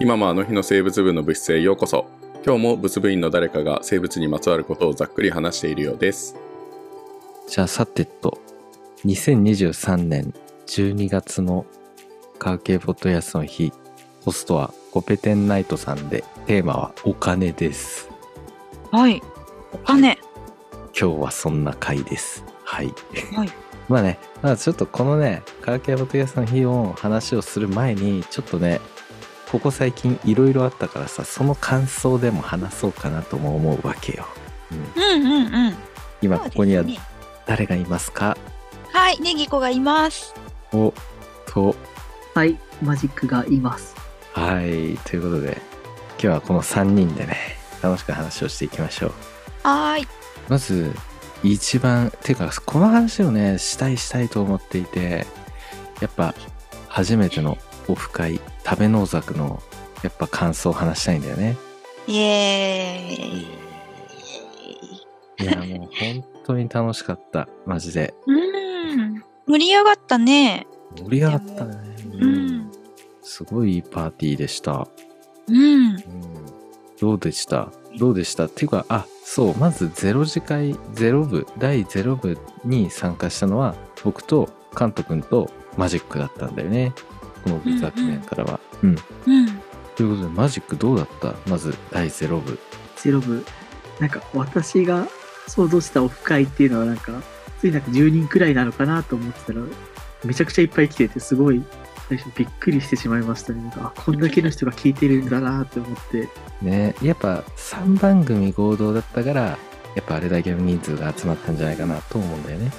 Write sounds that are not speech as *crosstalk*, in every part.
今もあの日の生物部の物質へようこそ今日も物部員の誰かが生物にまつわることをざっくり話しているようですじゃあさてと2023年12月のカーケーボトヤスの日ホストはコペテンナイトさんでテーマはお金ですはい。お金。今日はそんな回ですはいはい。 *laughs* まあね、まあ、ちょっとこのね、カラケアボトキャストの日を話をする前に、ちょっとね、ここ最近いろいろあったからさ、その感想でも話そうかなとも思うわけよ。うんうんうんうん。今ここにはそうですね誰がいますかはい、ネギ子がいます。おと、はい、マジックがいます。はい、ということで、今日はこの3人でね、楽しく話をしていきましょう。はーい。まず一番ていうかこの話をねしたいしたいと思っていてやっぱ初めてのオフ会食べ農作のやっぱ感想を話したいんだよねイエーイ。いやもう本当に楽しかったマジでうん。盛り上がったね。盛り上がったねううんん。すごいいいパーティーでした、うん。うん、どうでしたどうでしたっていうかあそうまずゼロ次会ゼロ部第ゼロ部に参加したのは僕とカント君とマジックだったんだよねこの部学年からは。うんうん。ということでマジックどうだったまず第ゼロ部。ゼロ部。なんか私が想像したオフ会っていうのはなんか、ついなんか10人くらいなのかなと思ってたら、めちゃくちゃいっぱい来てて、すごい最初びっくりしてしまいましたね。なんか、あこんだけの人が聞いてるんだなって思って。ねやっぱ3番組合同だったからやっぱあれだけの人数が集まったんじゃないかなと思うんだよね。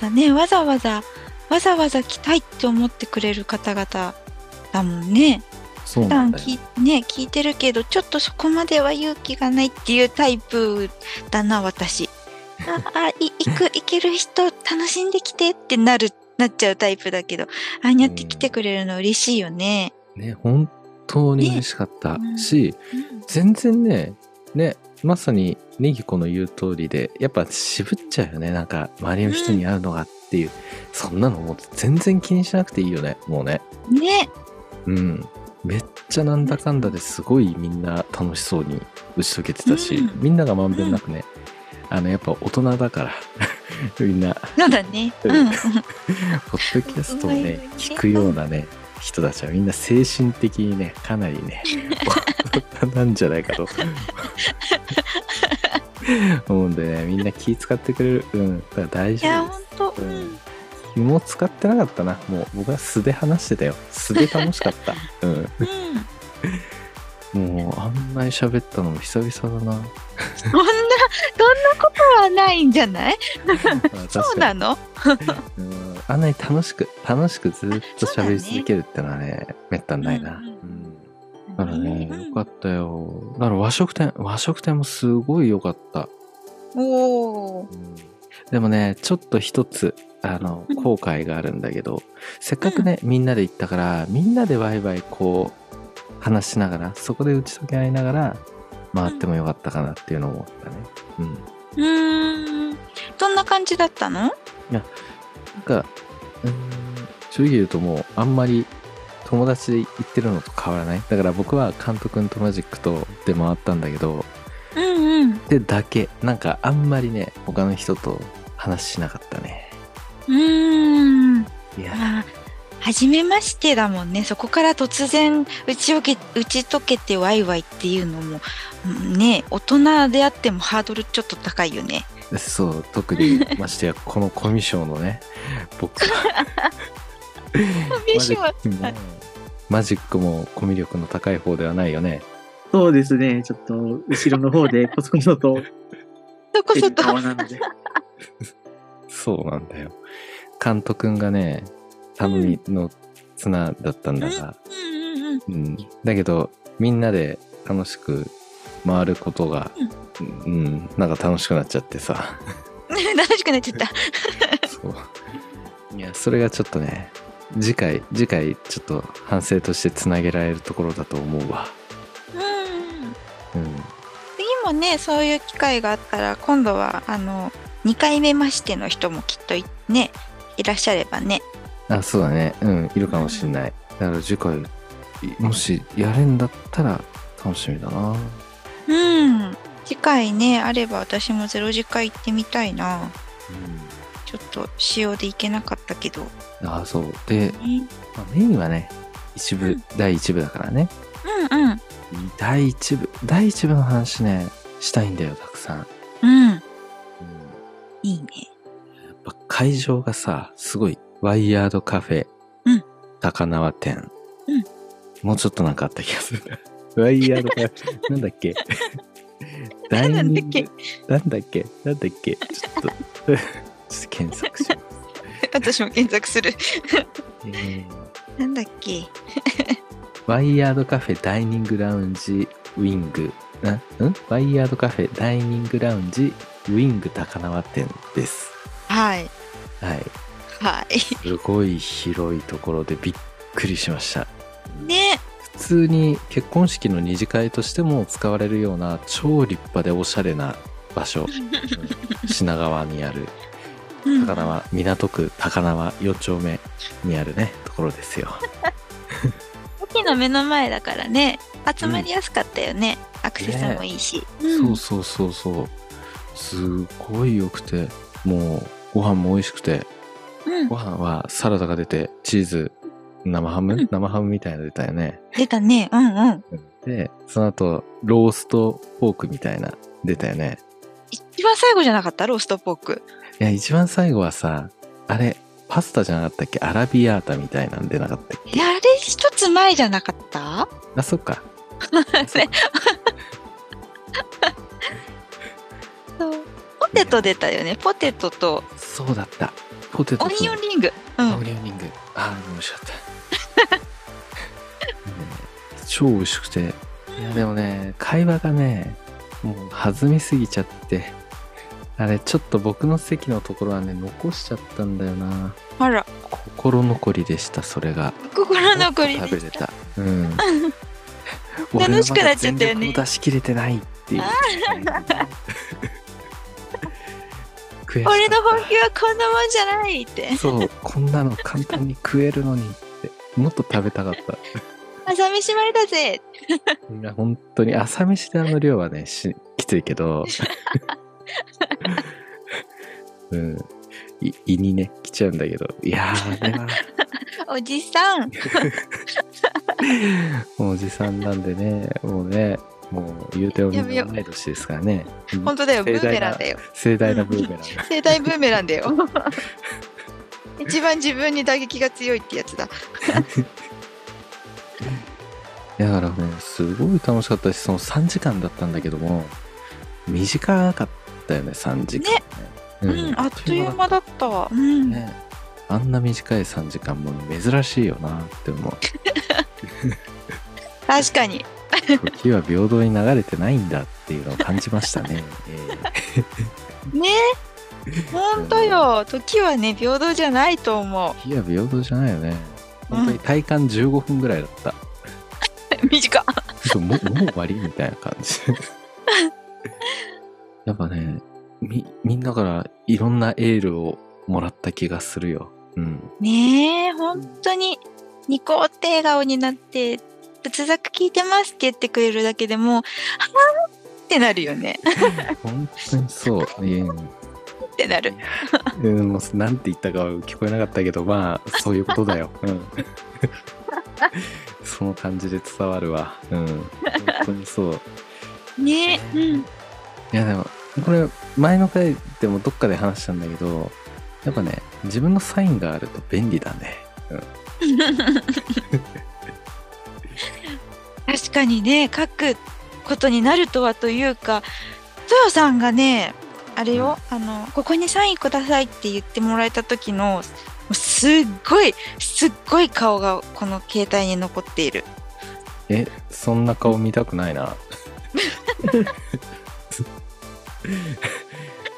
だね、わざわざ、わざわざ来たいって思ってくれる方々だもんね。そう普な段んだよ。聞,、ね、聞いてるけど、ちょっとそこまでは勇気がないっていうタイプだな、 *laughs* 私。あ、あ、い、行く、行ける人、楽しんできてってなる、なっちゃうタイプだけど、ああやって来てくれるの嬉しいよね。ね本当に嬉しかったねし、うん全然ねねまさにネギ子の言う通りでやっぱ渋っちゃうよねなんか周りの人に会うのがっていう、そんなのもう全然気にしなくていいよねもうね。ね、うん、めっちゃなんだかんだですごいみんな楽しそうに打ち解けてたし、うんみんながまんべんなくね、あのやっぱ大人だから *laughs* みんななんだね。ううんんうん。ポッドキャストをうまいよ *laughs* ねね聞くようなね人たちはみんな精神的にねかなり *laughs* ね大人なんじゃないかと思うんでねみんな気使ってくれるうんだから大い丈や、夫ほんと。ううんん。気も使ってなかったなもう僕は素で話してたよ素で楽しかったうんうん。もうあんなに喋ったのも久々だ *laughs* な。そんな、そんなことはないんじゃないそうなののうんあんなに楽しく楽しくずっと喋り続けるってのはねめったにないな。うんうんうんだからねうんよかったよ。だから和食店和食店もすごい良かった。おー。でもねちょっと一つあのうん後悔があるんだけど、せっかくねみんなで行ったからみんなでワイワイこう話しながらそこで打ち解け合いながら回ってもよかったかなっていうのを思ったね。うんうーん。どんな感じだったのなんか、うーん、正直言うともう、あんまり友達で行ってるのと変わらない。だから僕は監督とマジックとで回ったんだけど、うんうん。でだけ、なんかあんまりね、他の人と話しなかったね。うーん。いや、まあ、初めましてだもんね。そこから突然打ち解け、打ち解けてワイワイっていうのも、うんね、大人であってもハードルちょっと高いよね。そう、特にまして *laughs* や、このコミュ障のね、僕は。ミュ障マジックもマジックもコミュ力の高い方ではないよね。そうですね、ちょっと後ろの方でこそこそとそ *laughs* こ出そるこ。側なので。そうなんだよ。監督がね、頼みの綱だったんだが、うんうんうん。うん、だけどみんなで楽しく回ることが、うんなんか楽しくなっちゃってさ *laughs* 楽しくなっちゃった。そういやそれがちょっとね次回次回ちょっと反省としてつなげられるところだと思うわ、うんうん。うん、次もね、そういう機会があったら、今度は、あの、2回目ましての人もきっといね、いらっしゃればね。あそうだねうんいるかもしんないだから次回もしやれんだったら楽しみだなうん。次回ね、あれば私もゼロ次回行ってみたいな。ちょっと仕様で行けなかったけど。ああそうで、うんまあメインはね一部、うん第一部だからねうん第一部第一部の話ねしたいんだよたくさん、うん。うん。やいいね。っぱ会場がさすごいワイヤードカフェ、うん高輪店、うんもうちょっとなんかあった気がする *laughs* ワイヤードカフェなんだっけ *laughs* なんダだっけイニングなんだっけなんだっけちょっと *laughs* ちょっと検索します、 *laughs* 私も検索する。えーなんだっけワイヤードカフェダイニングラウンジウィング、んんワイヤードカフェダイニングラウンジウィング高輪店です。はい。はい。はい。すごい広いところでびっくりしました。ね。普通に結婚式の二次会としても使われるような超立派でおしゃれな場所。 *laughs* 品川にあるうん高輪、港区高輪4丁目にあるね、ところですよ。駅の目の前だからね。集まりやすかったよね。アクセスもいいし。そんうそうそうそう。すごい良くて、もうご飯も美味しくて、うんご。飯はサラダが出て、チーズ、生ハうんム生ハムみたいなの出たよね。出たね。うんうん。で、その後、ローストポークみたいな、出たよね。一番最後じゃなかったローストポーク。いや、一番最後はさ、あれ、パスタじゃなかったっけアラビアータみたいなんでなかったっけいやあれ一つ前じゃなかったあ、そっ *laughs* か。そうポテト出たよね。ポテトとそうだった。ポテトオとニオンリング。うん。オニオンリング。ああ、美味しかった。 *laughs* うん超美味しくて。いや、でもね、会話がね、もう弾みすぎちゃって。あれ、ちょっと僕の席のところはね、残しちゃったんだよな。あら、心残りでした、それが。心残りもっと食べでしれた。た。うん。楽しくなっちゃ俺のったよねまだ全力を出し切れてないって *laughs* いう。悔しかった俺の本気はこんなもんじゃないって。そう、こんなの簡単に食えるのにって、もっと食べたかった。朝飯前だぜ。いや本当に朝飯であの量はねしきついけ *laughs* どうんい胃にね来ちゃうんだけどいやーあれはおじさん。もうおじさんなんでねもうねもう言うておみんな同い年ですからね本当だよ、ブ盛大なーメランだよ。盛大なブーメラン *laughs* が盛大ブーメランだよ。一番自分に打撃が強いってやつだ。いやだからねすごい楽しかったしその3時間だったんだけども短かったよね3時間ねうん、あっという間だったわ。うん。ね、あんな短い3時間も珍しいよなって思う *laughs* 確かに。時は平等に流れてないんだっていうのを感じましたね。ね。本当よ。時はね、平等じゃないと思時は平等じゃないよね。本当に体感15分ぐらいだった。う。短っ。そうも *laughs* うもう終わりみたいな感じ。やっぱねみ、みんなからいろんなエールをもらった気がするよ。うん。 *laughs* ねえ、本当に、ニコって笑顔になって、仏作聞いてますって言ってくれるだけでもう、はぁってなるよね。本当にそう。いやいやってなる。うん、もうなんて言ったかは聞こえなかったけど、まあ、そういうことだよ。うん。その感じで伝わるわ。うん。本当にそう。ねえ、うん。いやでもこれ前の回でもどっかで話したんだけどやっぱね自分のサインがあると便利だね確かにね、書くことになるとはというか、豊さんがね、あれよ、あの、ここにサインくださいって言ってもらえた時の、もうすっごい、すっごい顔がこの携帯に残っている。えそんな顔見たくない *laughs* な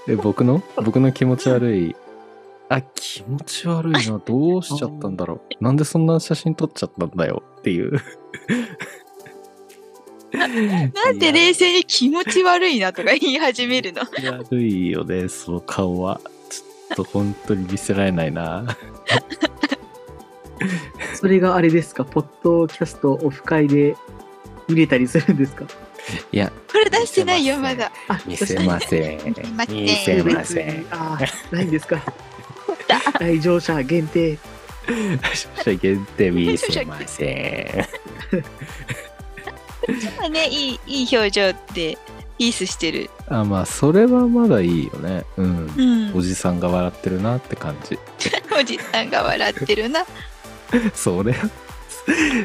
え僕の僕の気持ち悪いあ気持ち悪いなどうしちゃったんだろうなんでそんな写真撮っちゃったんだよっていうなんで冷静に気持ち悪いなとか言い始め *laughs* るの。気持ち悪いよねその顔はちょっと本当に見せられないなそれがあれですか、ポッドキャストオフ会で見れたりするんですかいや、これ出してないよ、見ませまだ。あ、見せません。待って見せませ *laughs* ん。あーないん *laughs* ですか。来場者限定。初者限定見せませ今ね、いい、いい表情って、ピースしてる。ん。あ、まあ、それはまだいいよね。うん。うん。おじさんが笑ってるなって感じ。おじさんが笑ってるな。それは、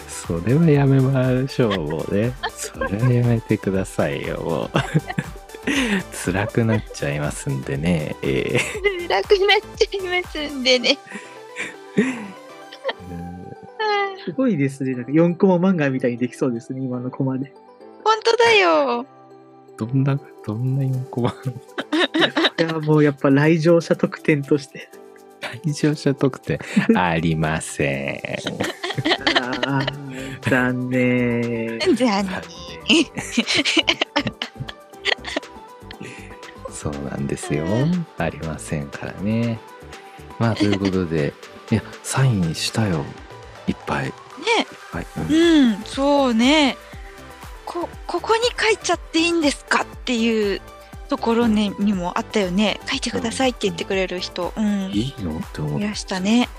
それはやめましょう、もうね。それはやめてくださいよ、もう。辛くなっちゃいますんでね。えー楽になっちゃいますんでね。あーすごいですね。なんか4コマ漫画みたいにできそうですね、今のコマで。本当だ *laughs* よ。どんな、どんな4コマ *laughs* いや、もうやっぱ来場者特典として。来場者特典ありません。あー残念。残念。 *laughs* そうなんですよ。ありませんからね。まあ、ということで、いや、サインしたよ。いっぱい。ね。はい、うんうん、そうね。こ、ここに書いちゃっていいんですかっていうところね、にもあったよね。書いてくださいって言ってくれる人、うん、いいいのって思って。らしたね。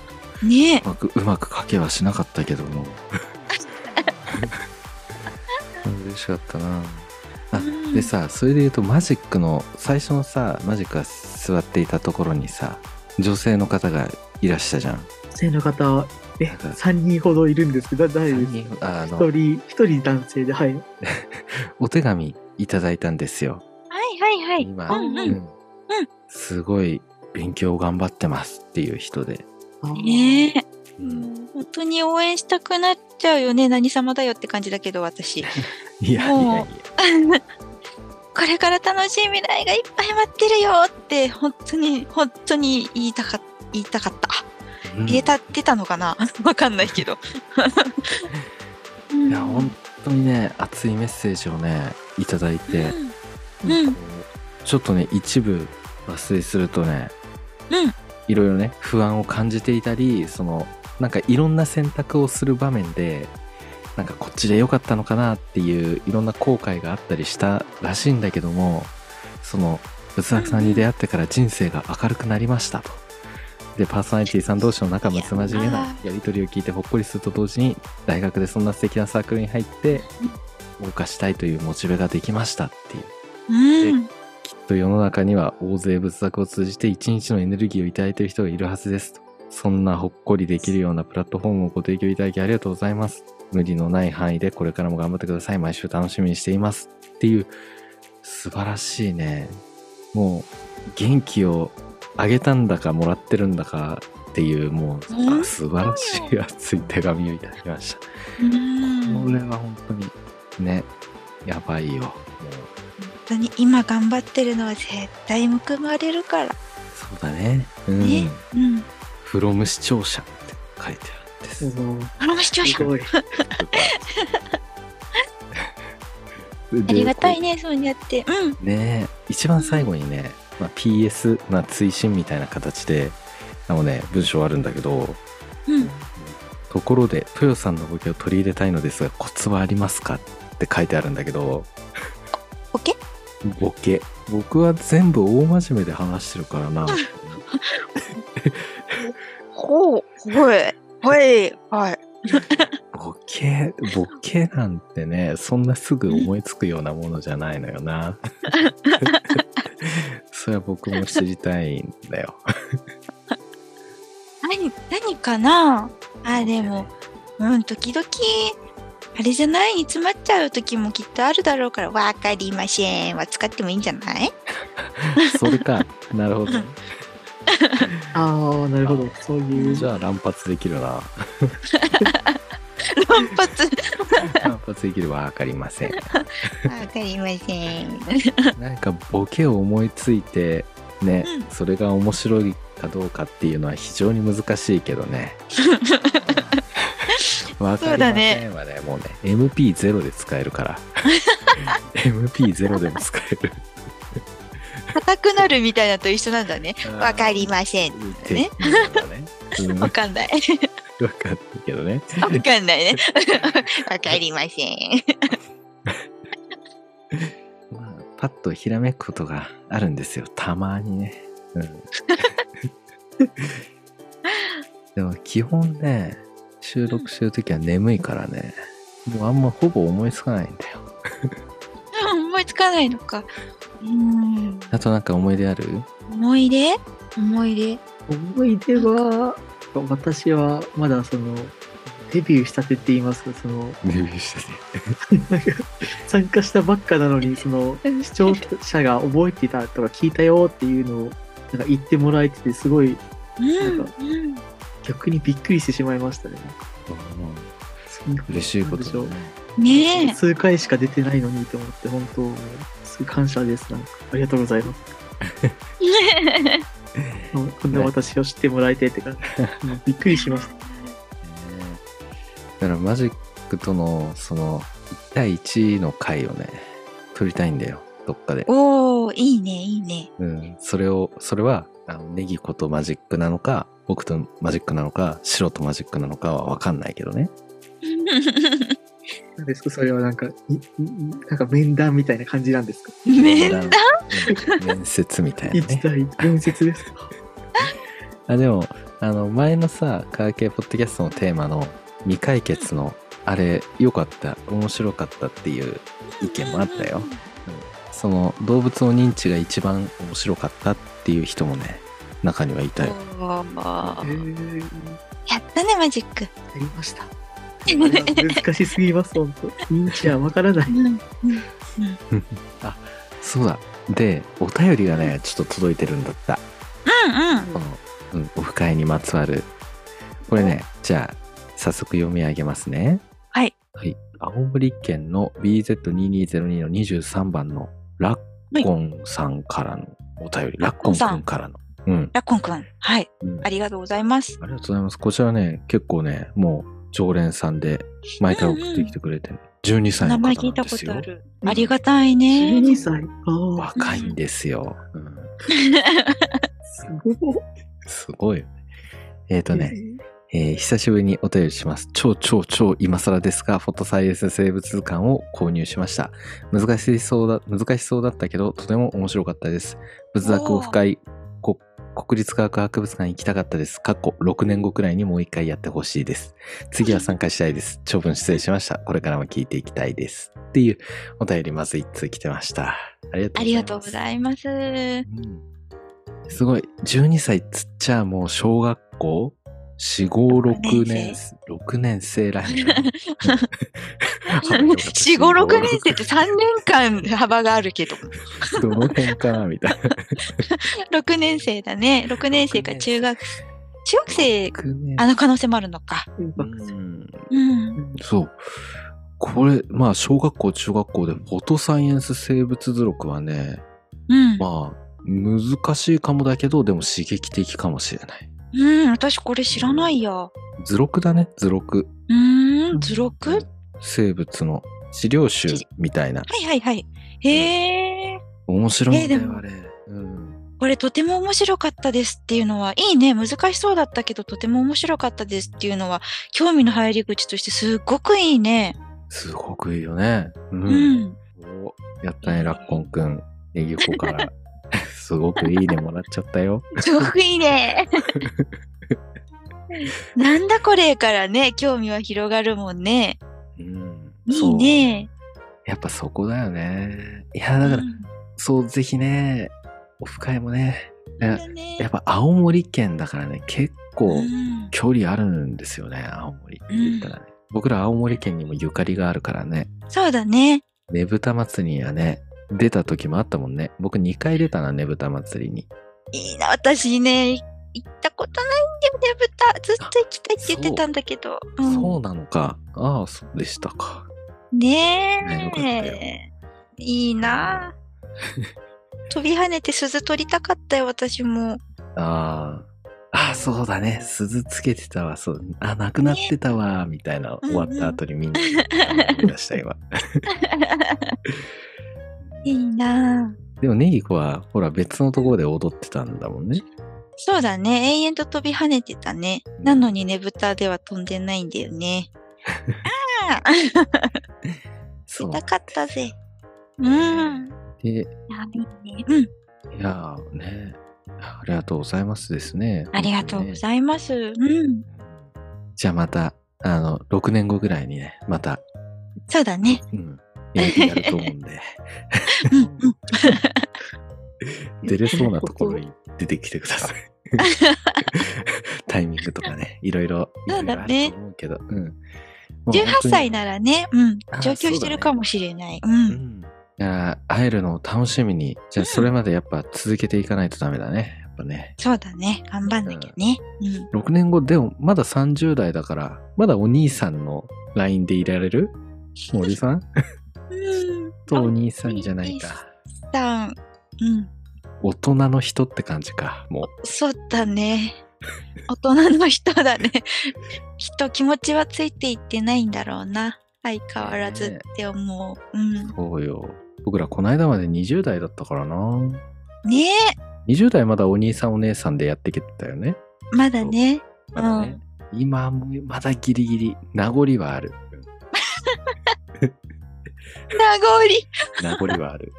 ねうまくうまく書けはしなかったけども *laughs* 嬉しかったなあうんでさそれで言うとマジックの最初のさマジックが座っていたところにさ女性の方がいらしたじゃん生の方は、え、なんか3人ほどいるんですけど、誰で三す人ああ一の人、一人男性で、はい。お手紙いただいたんですよはいはいは今、うんううんん。すごい勉強頑張ってますっていう人で、あーねえ。 *laughs* うん本当に応援したくなっちゃうよね。何様だよって感じだけど、 *laughs* い私。やいやいやもこれから楽しい未来がいっぱい待ってるよって、本当に、本当に言いたかった。言いたかった。うん言えた、出たのかな *laughs* わかんないけど。いや本当にね熱いメッセージをねいただいて、うん。うん。ちょっとね一部抜粋するとねうんいろいろね不安を感じていたりそのなんかいろんな選択をする場面でなんかこっちで良かったのかなっていういろんな後悔があったりしたらしいんだけどもその仏作さんに出会ってから人生が明るくなりましたと。でパーソナリティさん同士の仲睦まじげなやり取りを聞いてほっこりすると同時に大学でそんな素敵なサークルに入って謳歌したいというモチベができましたっていううん。きっと世の中には大勢仏作を通じて一日のエネルギーをいただいている人がいるはずですと。そんなほっこりできるようなプラットフォームをご提供いただきありがとうございます。無理のない範囲でこれからも頑張ってください。毎週楽しみにしています。っていう素晴らしいね。もう元気をあげたんだかもらってるんだかっていうもううん素晴らしい熱い手紙をいただきました。うんこれは本当にね、やばいよ。もう本当に今頑張ってるのは絶対報われるから。そうだね。うん。ねうん。フロム視聴者って書いてあるんです。すごいあの視聴者す。ごい。ありがたいね。ね、そうやって。うん。ね一番最後にね、まあ、PS、まあ、追伸みたいな形で、あのね、文章あるんだけど、うん。ところで、豊さんのボケを取り入れたいのですが、コツはありますかって書いてあるんだけど、ボケボケ。僕は全部大真面目で話してるから *laughs* な。ほう。はい。はい。はい。ボケ、ボケなんてね、そんなすぐ思いつくようなものじゃないのよ *laughs* な。それは僕も知りたいんだよ。何、何かなあ、でも、うん、時々、あれじゃない煮詰まっちゃう時もきっとあるだろうから、わかりませんは使ってもいいんじゃない *laughs* *laughs* それか。なるほど。ああ、なるほど。そういう。じゃあ乱発できる *laughs* な。反発。乱発できるはわかりません。わかりません。なんかボケを思いついて、ね、うそれが面白いかどうかっていうのは非常に難しいけどね。 *laughs* わかりませんわね、もうね、MP0 で使えるから。MP0 でも使える。硬くなるみたいなのと一緒なんだね。 *laughs* わかりません。っていうのがね。うんわわかんない。 *laughs* かんないけどね。わかんないね。 *laughs* わかりません。まあ、パッとひらめくことがあるんですよ。たまにね。うんでも基本ね、収録してるときは眠いからね、もうあんまほぼ思いつかないんだよ。思いつかないのか。うーん。あとなんか思い出ある思い出思い出。思い出は私はまだそのデビューしたてって言いますかそのデビューして *laughs* 参加したばっかなのにその視聴者が覚えてたとか聞いたよっていうのをなんか言ってもらえててすごいうん。うなんかん逆にびっくりしてしまいましたね。嬉しいことだなんでね。しょうねえ。数回しか出てないのにと思って本当もうすごい感謝ですなんかありがとうございます。こんな私を知ってもらえてって *laughs* かうんびっくりしました。だからマジックとのその1対1の回をね撮りたいんだよどっかで、おー、いいね、いい *laughs* ね。うん、それをそれはあのネギ子とマジックなのか僕とマジックなのか白とマジックなのかは分かんないけどねなんですかそれはなんかいいなんか面談みたいな感じなんですか。面談うん面接みたいな一ね対一面接ですか。あでもあの前のさ科学系ポッドキャストのテーマの未解決のあれ良かった面白かったっていう意見もあったよ。その動物の認知が一番面白かったっていう人もね中にはいたよおーへーやったね、マジック。やりました。難しすぎます、本当。認知はわからない。うんそうだでお便りがねちょっと届いてるんだったうん。この、うん、オフ会にまつわるこれねじゃあ早速読み上げますねはい、はい、青森県の BZ2202 の23番のラッコンさんからのお便り、ラッコンラッコンさ君んからのうん、ラッコンくん。はい。うんありがとうございます。ありがとうございます。こちらね、結構ね、もう常連さんで、毎回送ってきてくれて、12歳名の前方聞ないんたでこすとよあ。る。ありがたいね。 12歳。ああ、若いんですよ。うんすごい。すごいよね。えっ、とね、えー久しぶりにお便りします。超超超今更ですが、フォトサイエンス生物図鑑を購入しました。難しそうだ、難しそうだったけど、とても面白かったです。仏作オフ会、こ国立科学博物館行きたかったです。過去6年後くらいにもう一回やってほしいです。次は参加したいです。長文失礼しました。これからも聞いていきたいです。っていうお便りまず1通来てました。ありがとうございます。 *laughs* ありがとうございます。うんすごい12歳っつっちゃもう小学校456年6年生らへん *laughs* 四五六年生って三年間幅があるけど、どの辺かなみたいな六年生だね。六年生か中学、中学生、 6年あの可能性もあるのか。うんうん。そうこれまあ小学校中学校でフォトサイエンス生物図録はねうん。まあ難しいかもだけどでも刺激的かもしれないうん、私これ知らないや。図録だね図録うーん、図録は生物の資料集みたいないはいはい。へえ。面白いんだえーでよもあれ、うんこれとても面白かったですっていうのは、いいね、難しそうだったけどとても面白かったですっていうのは、興味の入り口としてすっごくいいね。すごくいいよね。うん。うん。おやったね、ラッコンくん。ネギコから。 *laughs* すごくいいねもらっちゃったよ。 *laughs* すごくいいね。 *laughs* なんだこれからね、興味は広がるもんね。うん。いそ。いうね。やっぱそこだよね。いや、うだんから、そう、ぜひね、オフ会もね。やだねやっぱ青森県だからね、結構うん距離あるんですよね、青森って言ったらね。僕ら青森県にもゆかりがあるからね、そうだね。ねぶた祭りにはね、出た時もあったもんね。僕2回出たな、ねぶた祭りに。いいな、私ね、い行ったことないんだよね、豚。ずっと行きたいって言ってたんだけど。うんそうなのか。ああ、そうでしたか。ねよねかったえ。いい *laughs* な。飛び跳ねて鈴取りたかったよ、私も。ああ。ああ、そうだね。鈴つけてたわ。そう。あ、なくなってたわ。みたいな、うんうん終わった後にみん *laughs* な思い出した今。いいな。でもネギ子はほら別のところで踊ってたんだもんね。そうだね。永遠と飛び跳ねてたね。なのにねぶたでは飛んでないんだよ *laughs* ね。ああそ痛かったぜ。うん。で、いやべえねうん。やーね、ありがとうございますですね。ありがとうごいざいます。うん。ます。じゃあまた、あの、6年後ぐらいにね、また、そうだね。うん、やりやると思うんで、うん *laughs* うん。出れそうなところに出てきてください。 *laughs* タイミングとかね、いろいろ、いろいそうろあだるねと思うけど、うん。もう本当18に歳ならね、うんあ。ー上京してるかもしれない。うん。いやー会えるのを楽しみに。じゃあ、それまでやっぱ続けていかないとダメだね。やっぱね。そうだね。頑張んなきゃね。うん。 6年後、でもまだ30代だから、まだお兄さんの LINE でいられるおじさんうん。とお兄さんじゃないか。さん。うん。大人の人って感じか。もそうだね。大人の人だね。きっと気持ちはついていってないんだろうな。相変わらずって思う。うんう。。そうよ。僕らこの間まで20代だったからな。ねえ。 20代まだお兄さんお姉さんでやってきてたよね。まだね。まだね。今もまだギリギリ、名残はある。名名残。残はある。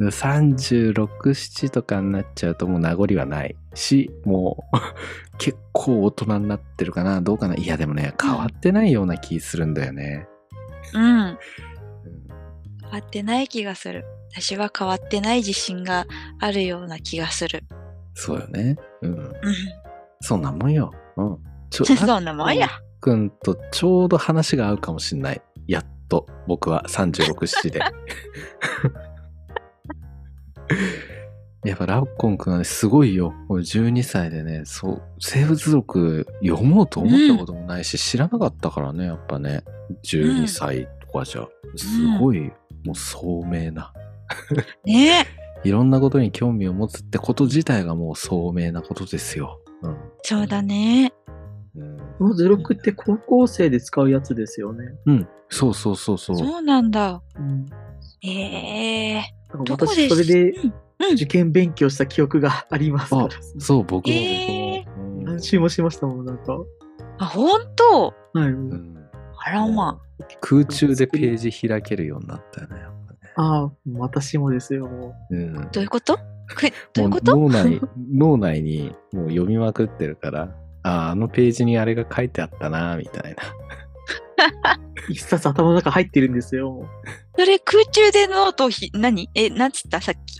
36、7とかになっちゃうともう名残はないし、もう結構大人になってるかな、どうかな。いやでもね、変わってないような気するんだよね。うん。うん変わってない気がする。私は変わってない自信があるような気がする。そうよね。うん。うん。そんなもんよ。うん。ち *laughs* ょそんなもんや。。くんとちょうど話が合うかもしんない。やっと、僕は36、7で。 *laughs* やっぱラッコンくんはね、すごいよ。俺12歳でね、そう、生物録読もうと思ったこともないし、知らなかったからね、やっぱね。12歳とかじゃ、すごい、もう聡明な。ねえ。いろんなことに興味を持つってこと自体がもう聡明なことですよ。そうだね。うん。うんこの06って高校生で使うやつですよね。うん。そうそうそうそう。そうなんだ。うん、ええなんかどこで私、それでうん受験勉強した記憶がありますかあら。、そう、僕も。えー僕もうん何周もしましたもん、なんか。はあ、ほんとい。うんあらま。空中でページ開けるようになったよね、やっぱね。ああ、私もですよ、もうん、どういうことくどういうこともう脳内、脳内にもう読みまくってるから、ああ、あのページにあれが書いてあったな、み *laughs* たいな。う。一冊頭の中入ってるんですよ、もう。それ空中でノートをひ、何え、なんつったさっき。い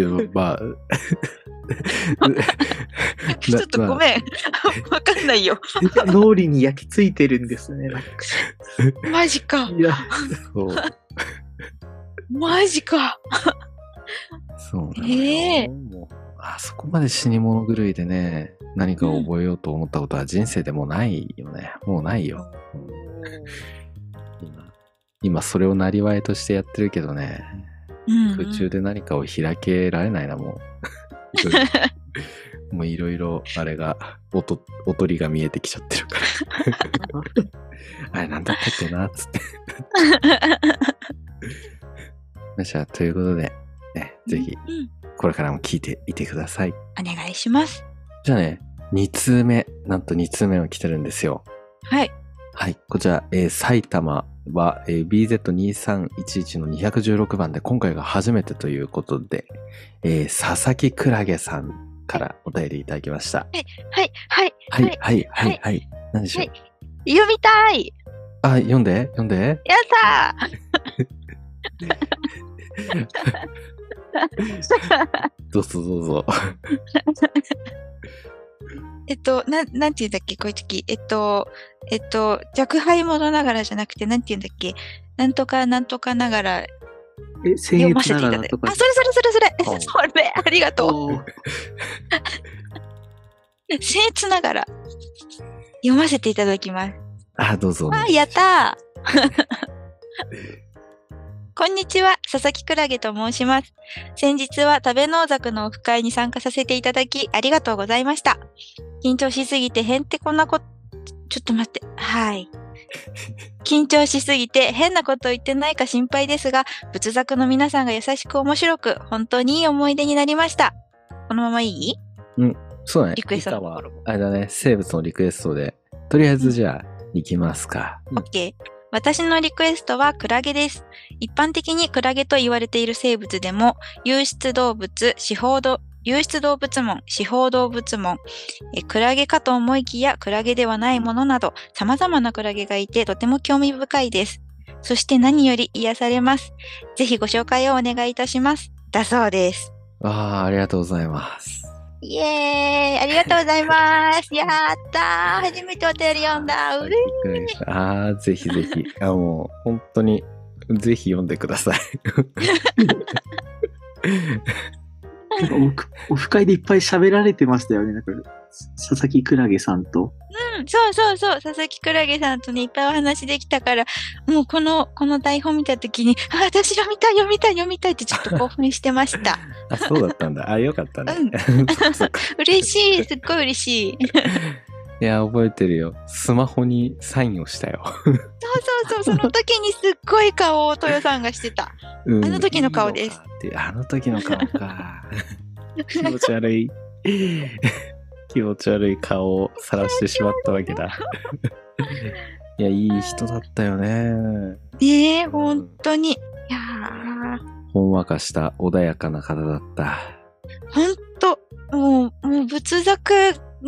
や *laughs* まあ、 *laughs* ちょっとごん。めん。 *laughs* わかんないよ。脳裏に焼き付いてるんですね。な *laughs* んかマジか。いや、そうマジか。そうなのよ、ええもうあそこまで死に物狂いでね、何かを覚えようと思ったことは人生でもうないよね。もうないよ。うん今、今それをなりわいとしてやってるけどね、うんうん空中で何かを開けられないな、 *laughs* もう。もういろいろ、あれが、おと、おとりが見えてきちゃってる *laughs* から。あれ、なんだったっけな、つ *laughs* って。じゃあ、ということで、ね、ぜひ、うんこれからも聞いていてください。お願いします。じゃあね、2通目、なんと2通目が来てるんですよ。はい。はい、こちら、えー埼玉は、えー BZ2311 の216番で今回が初めてということで、えー佐々木くらげさんからお便りいただきました。はい、はい、はい、はい、ははいい、はい。何でしょう、読みたいあ、読んで、読んで。やったーどうぞどうぞ。 *laughs* えっと、なん、なんて言うんだっけ、こういう時。えっと、えっと、若輩者ながらじゃなくて、なんて言うんだっけ。なんとかなんとかながらえ、僭読ませ越ていなただいがらてと。かあ、それそれそれそれ。おう *laughs* それ、ありがとおー *laughs* う。僭越ながら読ませていただきます。あ、どうぞ。あ、やったー *laughs* こんにちは、佐々木くらげと申します。先日は食べ農作のオフ会に参加させていただき、ありがとうございました。緊張しすぎてへんてこなこ、ちょっと待って、はい。緊張しすぎて変なこと言ってないか心配ですが、仏作の皆さんが優しく面白く、本当にいい思い出になりました。このままいいそうだね。リクエストリのカとはころも、あれだね、生物のリクエストで、とりあえずじゃあ、行きますか。 OK。私のリクエストはクラゲです。一般的にクラゲと言われている生物でも、有出動物、四方動有出動物門、四方動物門、えクラゲかと思いきやクラゲではないものなど、様々なクラゲがいてとても興味深いです。そして何より癒されます。ぜひご紹介をお願いいたします。だそうです。ああ、ありがとうございます。イエーイありがとうござい *laughs* ますやったー初めてお便り読んだうれああ、ぜひぜひ。あもう、本当に、ぜひ読んでくだ *laughs* さい。なんかオフオフ会でいっぱい喋られてましたよね。なんか佐々木クラゲさんと。うんそうそうそう、佐々木くらげさんとね、いっぱいお話できたから、もうこの、この台本見たときに、あ、私読みたい、読みたい、読みたいってちょっと興奮してました。あ、そうだったんだ。あ、よかったね。そっか *laughs* そっか嬉しい、すっごい嬉しい。いや、覚えてるよ。スマホにサインをしたよ。そうそうそう、その時にすっごい顔を豊さんがしてた。うんあの時の顔いいですのかってあの時の顔か。気持ち悪い。 *laughs* 気持ち悪い顔を晒してしまったわけ *laughs* だ。いや、いい人だったよね。ねえ、本当に。いやー、ほんわかした穏やかな方だった。ほんと、もう、もう仏作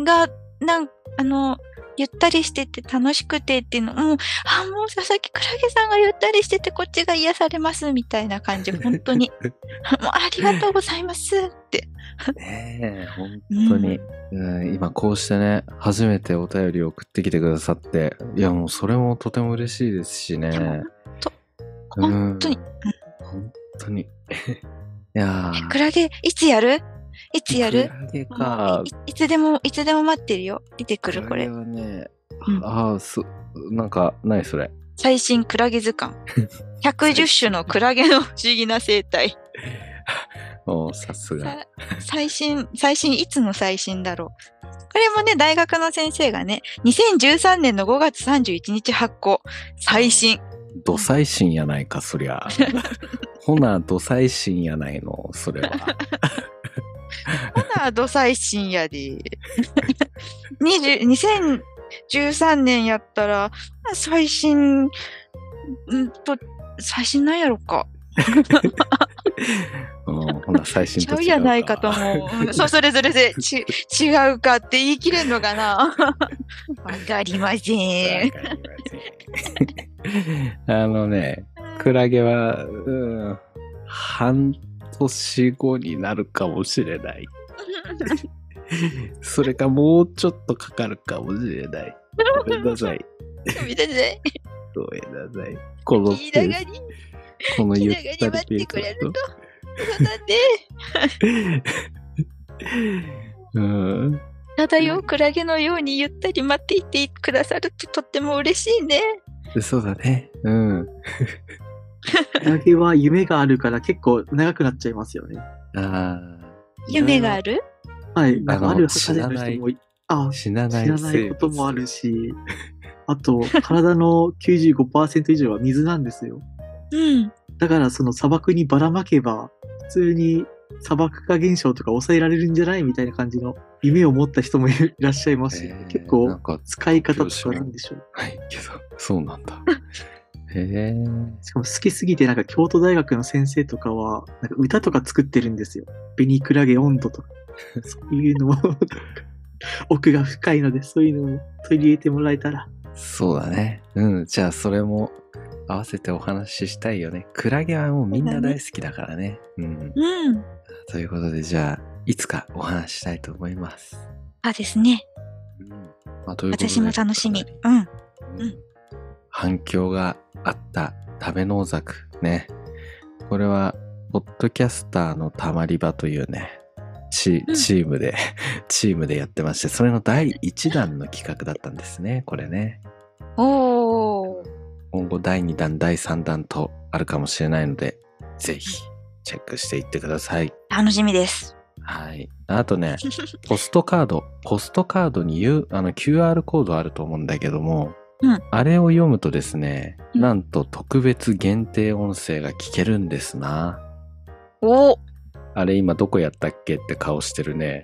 が、なん、あの、ゆったりしてて楽しくてっていうの、もう、あ、もう佐々木くらげさんがゆったりしててこっちが癒されますみたいな感じ、本当 *laughs* に。もうありがとうございますって。ねえ、本当に。うん、今こうしてね、初めてお便りを送ってきてくださって、いやもうそれもとても嬉しいですしね。ほんとにうん。本当に。いやーえクラゲ、いつやるいつやるクラゲか。いいつでも、いつでも待ってるよ。出てくる、これク。ラゲはね、うんああ、そ、なんか、ないそれ。最新クラゲ図鑑。110種のクラゲの不思議な生態。おーさすが。さ最新、最新、いつの最新だろう。これもね、大学の先生がね、2013年の5月31日発行、最新。土細心やないか、そりゃ。ほな、土細心やないの、それは。ほな、ど最新やで。20 2013年やったら、まあ最新、んと、最新なんやろか。うん、ほな、最新 *laughs* ちゃと違うかうやないかと思う。うんそう、それぞれでち違うかって言い切れんのかな。わかりまわかりません。せんあのね、クラゲは、うん、半年後になるかもしれない。それかもうちょっとかかるかもしれない。ごめんなさい。見てて、ごめんなさい。この気ペ長ーにス、、この気ゆっ長たりに待ってくペれーるスとだ。そうだね。と。うん。ただよ、クラゲのようにゆったり待っていてくださるととっても嬉しいね。そうだね。うん。クラゲは夢があるから結構長くなっちゃいますよね。あー夢があるはい。なんかあのある博士の人もい、あ、知らない知らないこともあるし、あと、体の95%以上は水なんですよ。うん。だからその砂漠にばらまけば、普通に砂漠化現象とか抑えられるんじゃないみたいな感じの夢を持った人もいるいらっしゃいますし、えー結な構んか使い方とかなんでしょう。はいけど、そうなんだ。へえ。しかも好きすぎてなんか京都大学の先生とかは、なんか歌とか作ってるんですよ。ベニクラゲ温度と *laughs* か。そういうのも、奥が深いので、そういうのも取り入れてもらえたら。そうだね。うん。じゃあ、それも合わせてお話ししたいよね。クラゲはもうみんな大好きだからね。うん。うん。ということで、じゃあ、いつかお話ししたいと思います。あですね。うん。まあ、ということで私も楽しみ。うん。うん反響があった食べ農作ねこれはポッドキャスターのたまり場というねチうんチームで、 *laughs* チームでやってましてそれの第1弾の企画だったんですねこれねおー。今後第2弾第3弾とあるかもしれないのでぜひチェックしていってください楽しみです。はいあと *laughs* ねポストカードポストカードに U あの QR コードあると思うんだけどもうんあれを読むとですね、うんなんと特別限定音声が聞けるんですな。おおあれ今どこやったっけって顔してるね。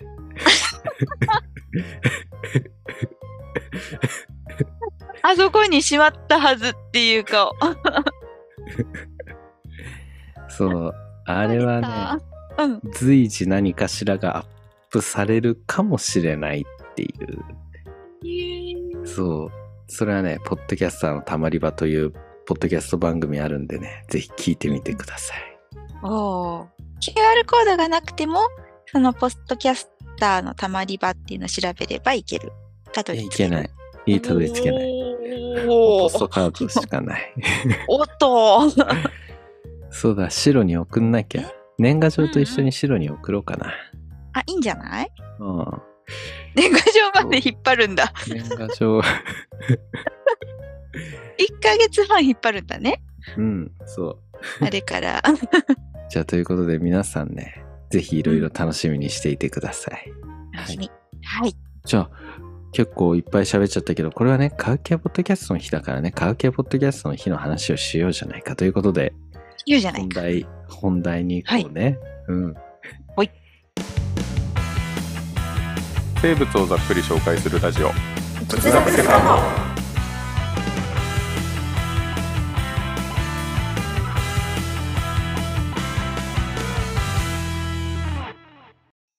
あそこにしまったはずっていう顔。そう、あれはね、ね。うん。随時何かしらがアップされるかもしれないっていう。そう。それはね、ポッドキャスターのたまり場というポッドキャスト番組あるんでね、ぜひ聞いてみてください。おー QR コードがなくても、そのポッドキャスターのたまり場っていうのを調べればいける。たどいやりい着けない。いいたどり着けない。い。ポおスートカードしかない。おっとそうだ、白に送んなきゃ。年賀状と一緒に白に送ろうかな。あ、いいんじゃない *laughs* うん。年賀状まで引っ張るんだ。年賀状、 *laughs* 1ヶ月半引っ張るんだね。うん、そう。あれから。じゃあ、ということで皆さんね、ぜひいろいろ楽しみにしていてください。楽しみ。はい。じゃあ、結構いっぱい喋っちゃったけど、これはね、科学系ポッドキャストの日だからね、科学系ポッドキャストの日の話をしようじゃないかということで、言うじゃない本か。題、本題に行こうね。うん。生物をざっくり紹介するラジオ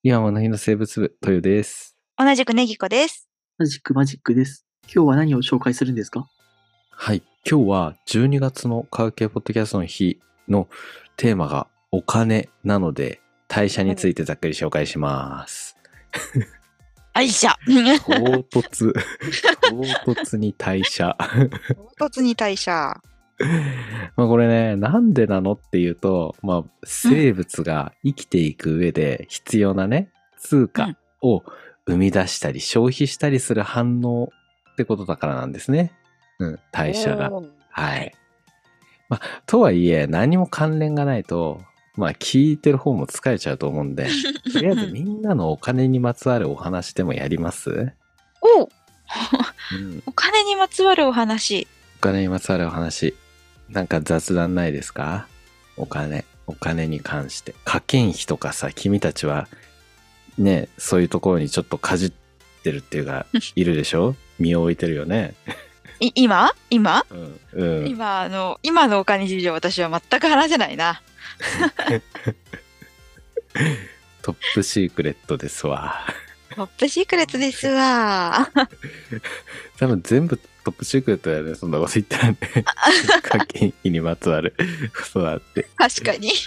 今もの日の生物部、豊です。同じくネギコです。マジックマジックです。今日は何を紹介するんですかはい。今日は12月の科学系ポッドキャストの日のテーマがお金なので、代謝についてざっくり紹介します。愛 *laughs* 車。唐突。唐突に代謝。唐突に代謝。まあこれね、なんでなのっていうと、まあ、生物が生きていく上で必要なね、通貨を生み出したり消費したりする反応ってことだからなんですね。うん、代謝が。はい。まあ、とはいえ、何も関連がないと、まあ、聞いてる方も疲れちゃうと思うんで、とりあえずみんなのお金にまつわるお話でもやります、おううん、お金にまつわるお話。お金にまつわるお話。なんか雑談ないですかお金、お金に関して。課金費とかさ、君たちは、ね、そういうところにちょっとかじってるっていう *laughs* か、いるでしょ身を置いてるよね。い今今うん。うん。今あの今のお金事情私は全く話せないなトップシークレットですわ。トップシークレットで *laughs* すわ多分全部トップシークレットだよね、そんなこと言ったら *laughs* ね。課金費にまつわることだって。確かに *laughs*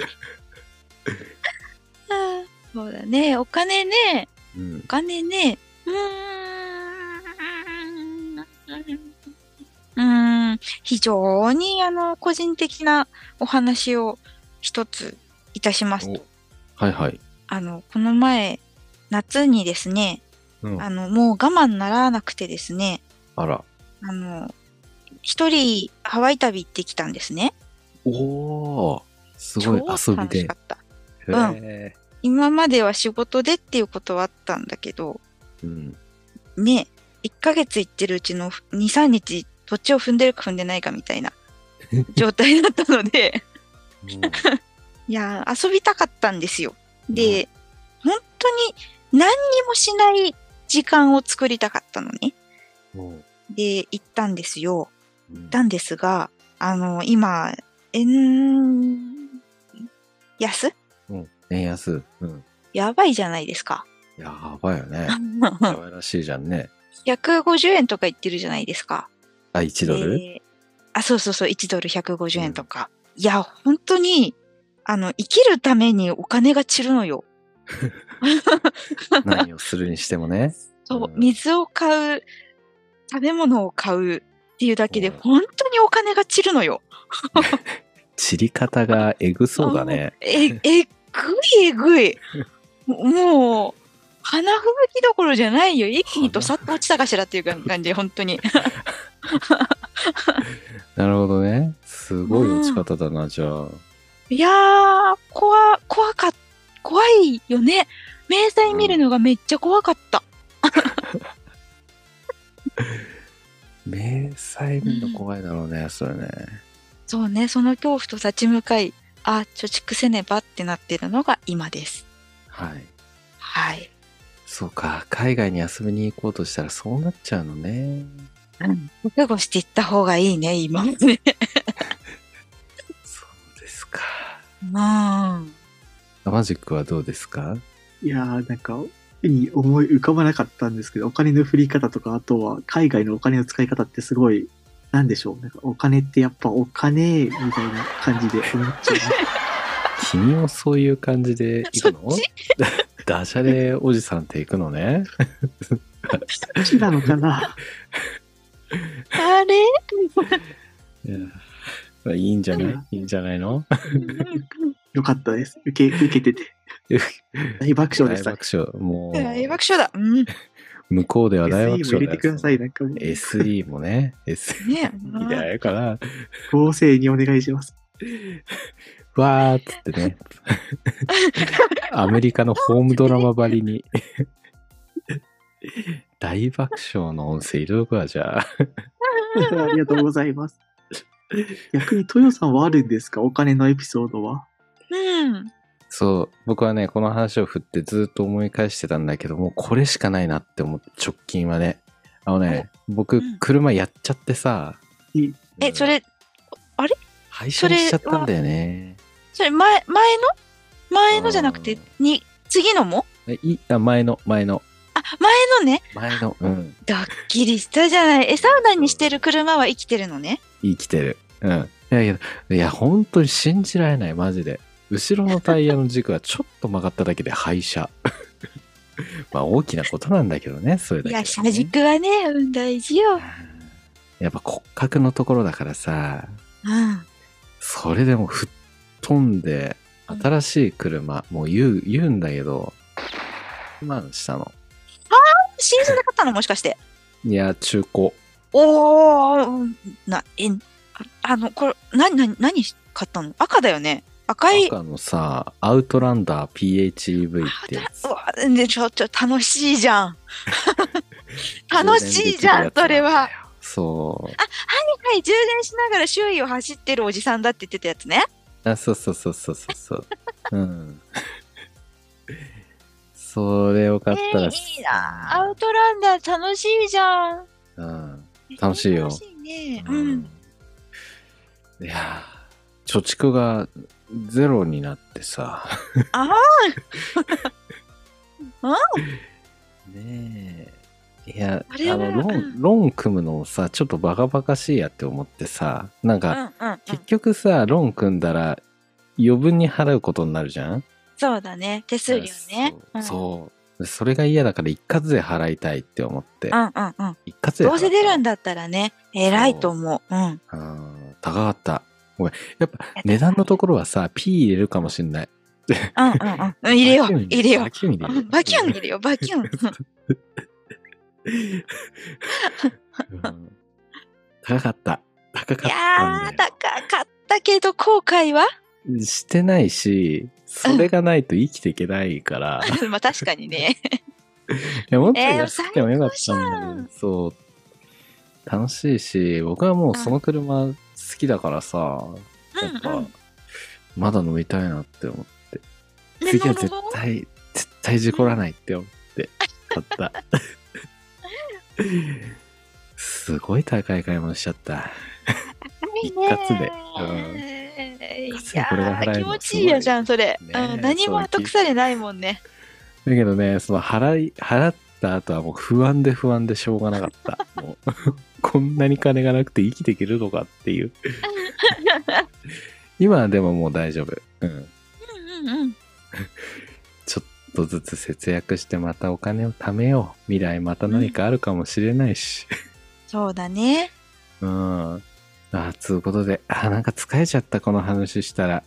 あーそうだねお金ねうんお。金ねうーんうーん非常にあの個人的なお話を一ついたしますとはいはい。あのこの前夏にですねうん、ああのもう我慢ならなくてですねら。あの、一人ハワイ旅行ってきたんですね。おおすごい超遊び楽でしか。った。うんへ今までは仕事でっていうことはあったんだけど、ーうん。ね、1ヶ月行ってるうちの2、3日、どっちを踏んでるか踏んでないかみた *laughs* いな状態だったので、いやー、遊びたかったんですよ。で、本当に何にもしない時間を作りたかったのね。おーで、行ったんですよ。うんったんですが、あの、今、円安うん円安。うん。やばいじゃないです *laughs* か。やばいよね。やばいらしいじゃんね。 150円とか言ってるじゃないですか。あ、1ドル、であ、そうそうそう、1ドル150円とか。いや、本当に、あの、生きるためにお金が散るのよ。何をするにしてもね。 *laughs* そう、うん水を買う、食べ物を買うっていうだけで、うん本当にお金が散るのよ。散り方がえぐそうだね。 *laughs* え、えっぐいえぐい。もう、花吹雪どころじゃないよ。一気にどさっと落ちたかしらっていう感感じ、本当に。なるほどね。すごい落ち方だな、じゃあ。いやー、怖、怖かっ、怖いよね。明細見るのがめっちゃ怖かった。迷彩見るの怖いだろうね、それね。そうね、その恐怖と立ち向かい、あ、貯蓄せねばってなってるのが今です。はい。はい。そうか、海外に遊びに行こうとしたらそうなっちゃうのね。覚悟していった方がいいね、 *laughs* 今もね。そうですか。うん。マジックはどうですかいやー、なんか、手に思い浮かばなかったんですけど、お金の振り方とか、あとは海外のお金の使い方ってすごい、なんでしょう。なんかお金ってやっぱお金みたいな感じで思っちゃう。 *laughs* 君もそういう感じで行くのそっ *laughs* ダジャレおじさんって行くのね。好きなのかあなれいやまあいいんじゃないいいんじゃないのよかったです。受け、受け *laughs* てて。大爆笑で大した。爆笑。も *laughs* 大爆う、笑だ。うん。向こうでは大 SE も爆入笑れだてよください。なんかもう、 SE もね、SE ね入れられるかな。合成にお願いします。 *laughs* わーっつってね。アメリカのホームドラマばりに。大爆笑の音声入れとくわ、じゃあ。ありがとうございます。逆に、トヨさんはあるんですかお金のエピソードは。うん。そう、僕はね、この話を振ってずっと思い返してたんだけど、もうこれしかないなって思って、直近はね。あのね、僕うん、車やっちゃってさ。うんえ、それ、廃車にしちゃったんだよね。それ前、前の前のじゃなくて、に、次のもえいあ前の、前の、あ、前のね。前の、うん、ドッキリしたじゃない。え、サウナにしてる車は生きてるのね。生きてる。うん。いやいや、いや、本当に信じられない、マジで。後ろのタイヤの軸がちょっと曲がっただけで廃車。 *laughs* まあ、大きなことなんだけどね、それだいけ、ね。や、車軸はね、うん、大事よ。やっぱ骨格のところだからさ、うん。それでも吹っ飛んで、うん新しい車、もう言う、言うんだけど、万したの。信じなかったのもしかして。いや、中古。おー、な、え、ああの、これ、な、な、何買ったの赤だよね。赤い。赤のさ、アウトランダー PHEV ってやつう。わ、ね、ちょ、ちょ、楽しいじゃ *laughs* ん。楽しいじゃん、それは。。そう。はい、充電しながら周囲を走ってるおじさんだって言ってたやつね。あ、そうそうそうそうそう *laughs* そう。うん。それを買ったら、えーいいな。アウトランダー楽しいじゃん。うん。楽しいよ楽しいね。うん。いやー貯蓄がゼロになってさ。*laughs* ああねえ。いや、あれはあの、ロうン、んロン組むのをさ、ちょっとバカバカしいやって思ってさ、なんあ、か、うんうんうん。結局さ、ロン組んだら余分に払うことになるじゃんそうだね。手数料ね。そううんそう。それが嫌だから一括で払いたいって思って。うんうんうん。一括で払ったどうせ出るんだったらね、偉いと思う。うん。あー高かった。ごめん。やっぱ値段のところはさ、P 入れるかもしんない。うんうんうん。入れよう。入れようバ。キュン入れよう。バキュン入れよう。バキュ *laughs* ン。うん高かった。高かいっやたー、んだ高かったけど、後 *laughs* 悔はよ。してないし、それがないと生きていけないから、 *laughs* *laughs* いまあ確かにね。やもっとえー安くてもよかった最んだ高けど、そう。楽しいし、僕はもうその車好きだからさ、うんやっうぱん。、まだ飲みたいなって思って、ね次はなる絶ほど対、絶対事故らないって思って買った。すごい高い買い物しちゃった。いいね。一括でうんい一括でやこれが払えるのー気持ちいいやじゃん、それ。すごいねうん何も後腐れないもんね。だけどね、その払い、払った後はもう不安で不安でしょうがなかった。もう *laughs* こんなに金がなくて生きていけるのかって *laughs* いう。今はでももう大丈夫。うん。うんうんうん。ちょっとずつ節約してまたお金を貯めよう。未来また何かあるかもしれないし。そうだね。うん。あーつうことで、あー、なんか疲れちゃった、この話したら。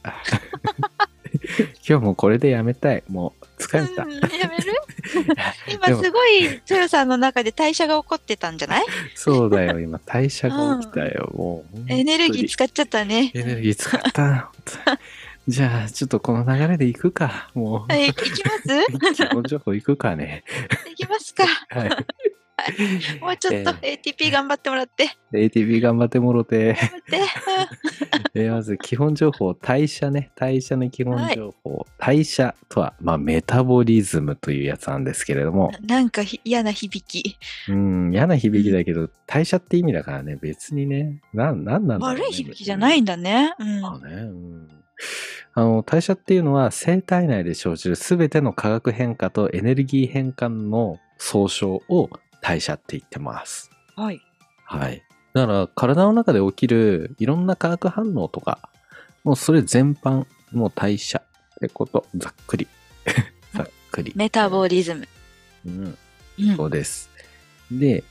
*laughs* 今日もうこれでやめたい。もう疲うれんた。 *laughs* やめる今でもすごい、豊さんの中で代謝が起こってたんじ *laughs* ゃないそうだよ、今、代謝が起きたよ。もう本当に。エネルギー使っちゃったね。エネルギー使ったな。 *laughs* 本当にじゃあ、ちょっとこの流れで行くか。もはい、いきますう、基本情報行くかね。いきますか。はい。はもうちょっと ATP 頑張ってもらって。 ATP 頑張ってもろ *laughs* て。頑張って。えーまず基本情報、代謝ね。代謝の基本情報。代謝とは、まあ、メタボリズムというやつなんですけれども。うんなんかひ嫌な響き。うん、嫌な響きだけど、代謝って意味だからね、別にね。なん、なんなんだろうね、悪い響きじゃないんだね。うん。まあね、うん。あの、代謝っていうのは生体内で生じる全ての化学変化とエネルギー変換の総称を代謝って言ってます。はい。はい。だから、体の中で起きるいろんな化学反応とか、もうそれ全般、もう代謝ってこと、ざっくり。 *laughs* ざっくり。メタボリズム。うん、うんそうです。で、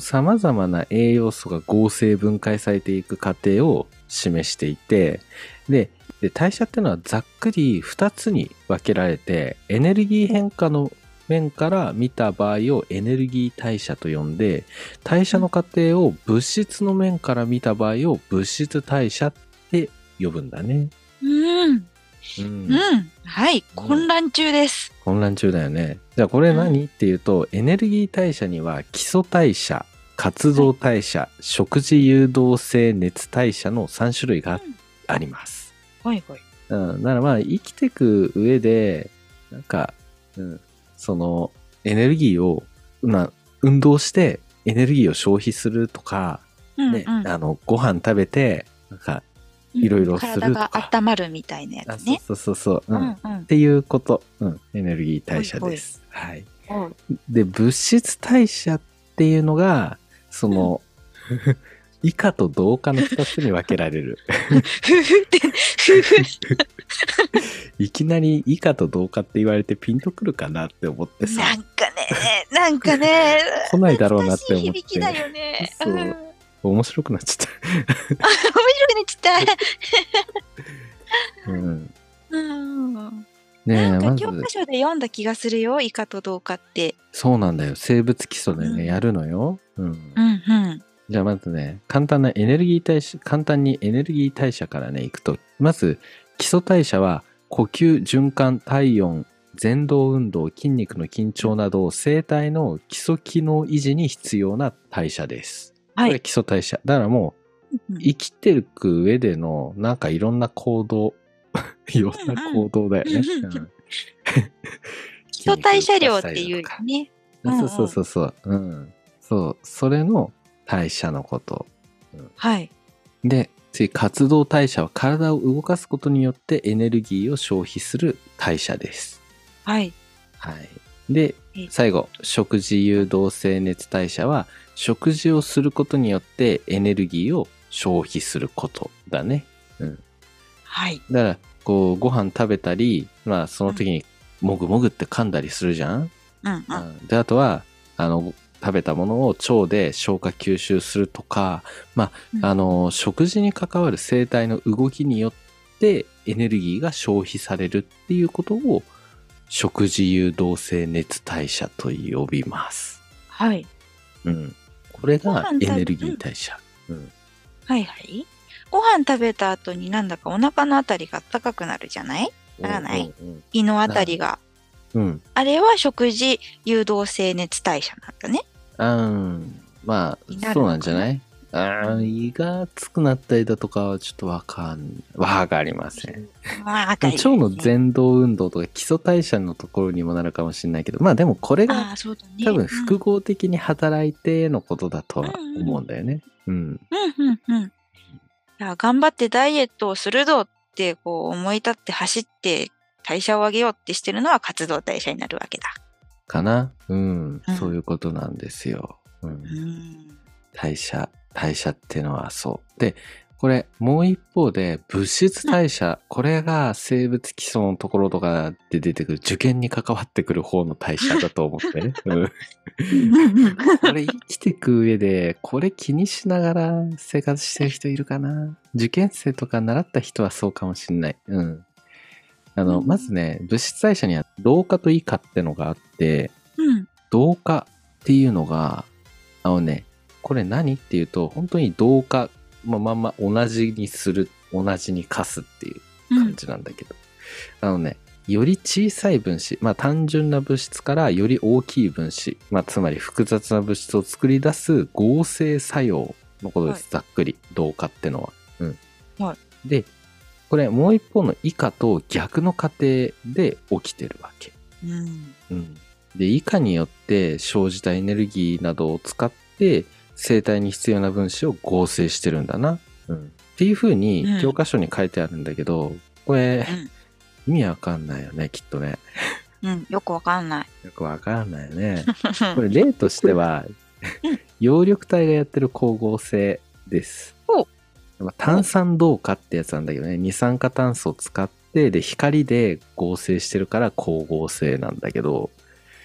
さまざまな栄養素が合成分解されていく過程を示していて、で、で代謝っていうのはざっくり2つに分けられて、エネルギー変化の面から見た場合をエネルギー代謝と呼んで、代謝の過程を物質の面から見た場合を物質代謝って呼ぶんだね。ううん。んうん。はい。混乱中です。混乱中だよね。じゃあこれ何、っていうとエネルギー代謝には基礎代謝活動代謝、食事誘導性熱代謝の3種類があります。はいはい。うん、だからまあ生きていく上でなんか、うん、そのエネルギーを、まあ、運動してエネルギーを消費するとか、うんねうん。あのご飯食べてなんかいろいろするとか体が温まるみたいなやあつね。そうそうそうそう、ううんんっうん。ていうこと、うん、エネルギー代謝です。はいおうで物質代謝っていうのがその *laughs* 以下と同化の2つに分けられる *laughs* ふふって、ふふ。いきなり以下と同化って言われてピンとくるかなって思ってさ。なんかね、なんかね来ないだろうなって思って懐かしい響きだよね。そううん面面白くなっちゃっ白くね、ちった。た、うん、うん。ねえなんかま教科ず書で読んだ気がするよ、イカとどうかって。そうなんだよ生物基礎でうんねやるのよ、うんうんうん。じゃあまずね簡単なエネルギー代謝簡単にエネルギー代謝からねいくとまず基礎代謝は呼吸循環体温前動運動筋肉の緊張など生体の基礎機能維持に必要な代謝です。はこれい。基礎代謝だからもう生きていく上でのなんかいろんな行動 *laughs* いろんな行動だよね。うんうんうん基礎代謝量っていうね。うんうんそうそうそうそう。うん。そう。それの代謝のこと。はい。で、次、活動代謝は体を動かすことによってエネルギーを消費する代謝です。はい。はい。でえ、最後、食事誘導性熱代謝は、食事をすることによってエネルギーを消費することだね。はい。だから、こう、ご飯食べたり、まあ、その時に、もぐもぐって噛んだりするじゃんうんうん。うんであとはあの食べたものを腸で消化吸収するとか、まうんあ、あの食事に関わる生体の動きによってエネルギーが消費されるっていうことを食事誘導性熱代謝と呼びます。はい。うん、これごが飯食べエネルギー代謝。うんはいはい。ご飯食べた後になんだかお腹のあたりが暖かくなるじゃないならないうんうん胃のあたりが。うんあれは食事誘導性熱代謝なんだね。うん、まにあなるのかなそうなんじゃないあー胃が熱くなったりだとかはちょっとわかんわかりません。わかりま腸せんの前動運動とか基礎代謝のところにもなるかもしれないけどまあでもこれあがあ、そうだね。多分複合的に働いてのことだとは思うんだよね。うん、うんうんうん。いや頑張ってダイエットをするぞってこう思い立って走って代謝を上げようってしてるのは活動代謝になるわけだ。かな、うんうんそういうことなんですよ。う、うんん。代謝代謝ってのはそう。でこれもう一方で物質代謝、これが生物基礎のところとかで出てくる受験に関わってくる方の代謝だと思って *laughs* ね。うんこれ生きてく上で、これ気にしながら生活してる人いるかな受験生とか習った人はそうかもしんない。うん。あの、うんまずね、物質代謝には同化と異化ってのがあって、うん。同化っていうのが、あのね、これ何っていうと、本当に同化、まあ、まんま同じにする、同じに化すっていうう感ん。じなんだけど。あのね、より小さい分子、まあ、単純な物質からより大きい分子、まあ、つまり複雑な物質を作り出す合成作用のことです、ざっくり同化ってのは。うんはでこれもう一方の以下と逆の過程で起きてるわけ。うん。で以下によって生じたエネルギーなどを使って生体に必要な分子を合成してるんだな、っていうふううにん教科書に書いてあるんだけど、これうん、意味わかんないよねきっとねうん。よくわかんない。よくわからないよ *laughs* ねこれ例としては葉緑体がやってる光合成ですおまあ炭酸同化ってやつなんだけどね二酸化炭素を使ってで光で合成してるから光合成なんだけど、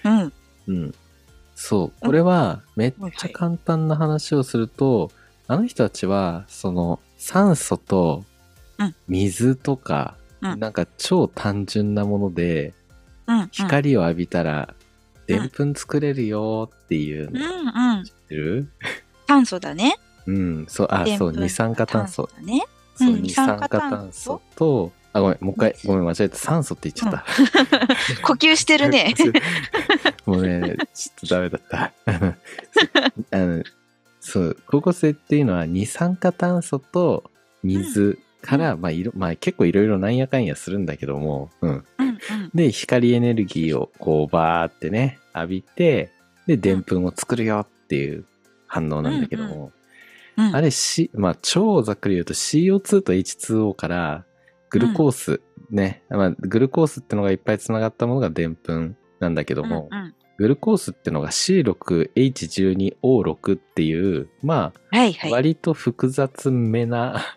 うん。うん。そう。うんこれは、めっはいちはゃい簡単な話をすると、あの人たちは、その、酸素とうん、水とか、うんなんか超単純なもので、うん。光を浴びたら、うんでんぷん作れるよっていううん。の知っうん。うん。てる炭素だね。うん。そう、あ、そう、でんぷん二酸化炭素。だね。そうう、ん二酸化炭素と、あ、ごめん、もう一回、ごめん、間違えた。酸素って言っちゃった。呼吸して *laughs* るね。もうね、ちょっとダメだった。 *laughs* あの、そう、高校生っていうのは二酸化炭素と水から、まあいろ、まあ結構いろいろなんやかんやするんだけども、うん。うん。うん。で、光エネルギーをこうバーってね、浴びて、で、でんぷんを作るよっていう反応なんだけども、うん。あれ、C、まあ超ざっくり言うと CO2 と H2O からグルコース、ね、まあグルコースってのがいっぱいつながったものがでんぷんなんだけども、うんうん。グルコースってのが C6H12O6 っていう、まはいあ、はい。割と複雑めな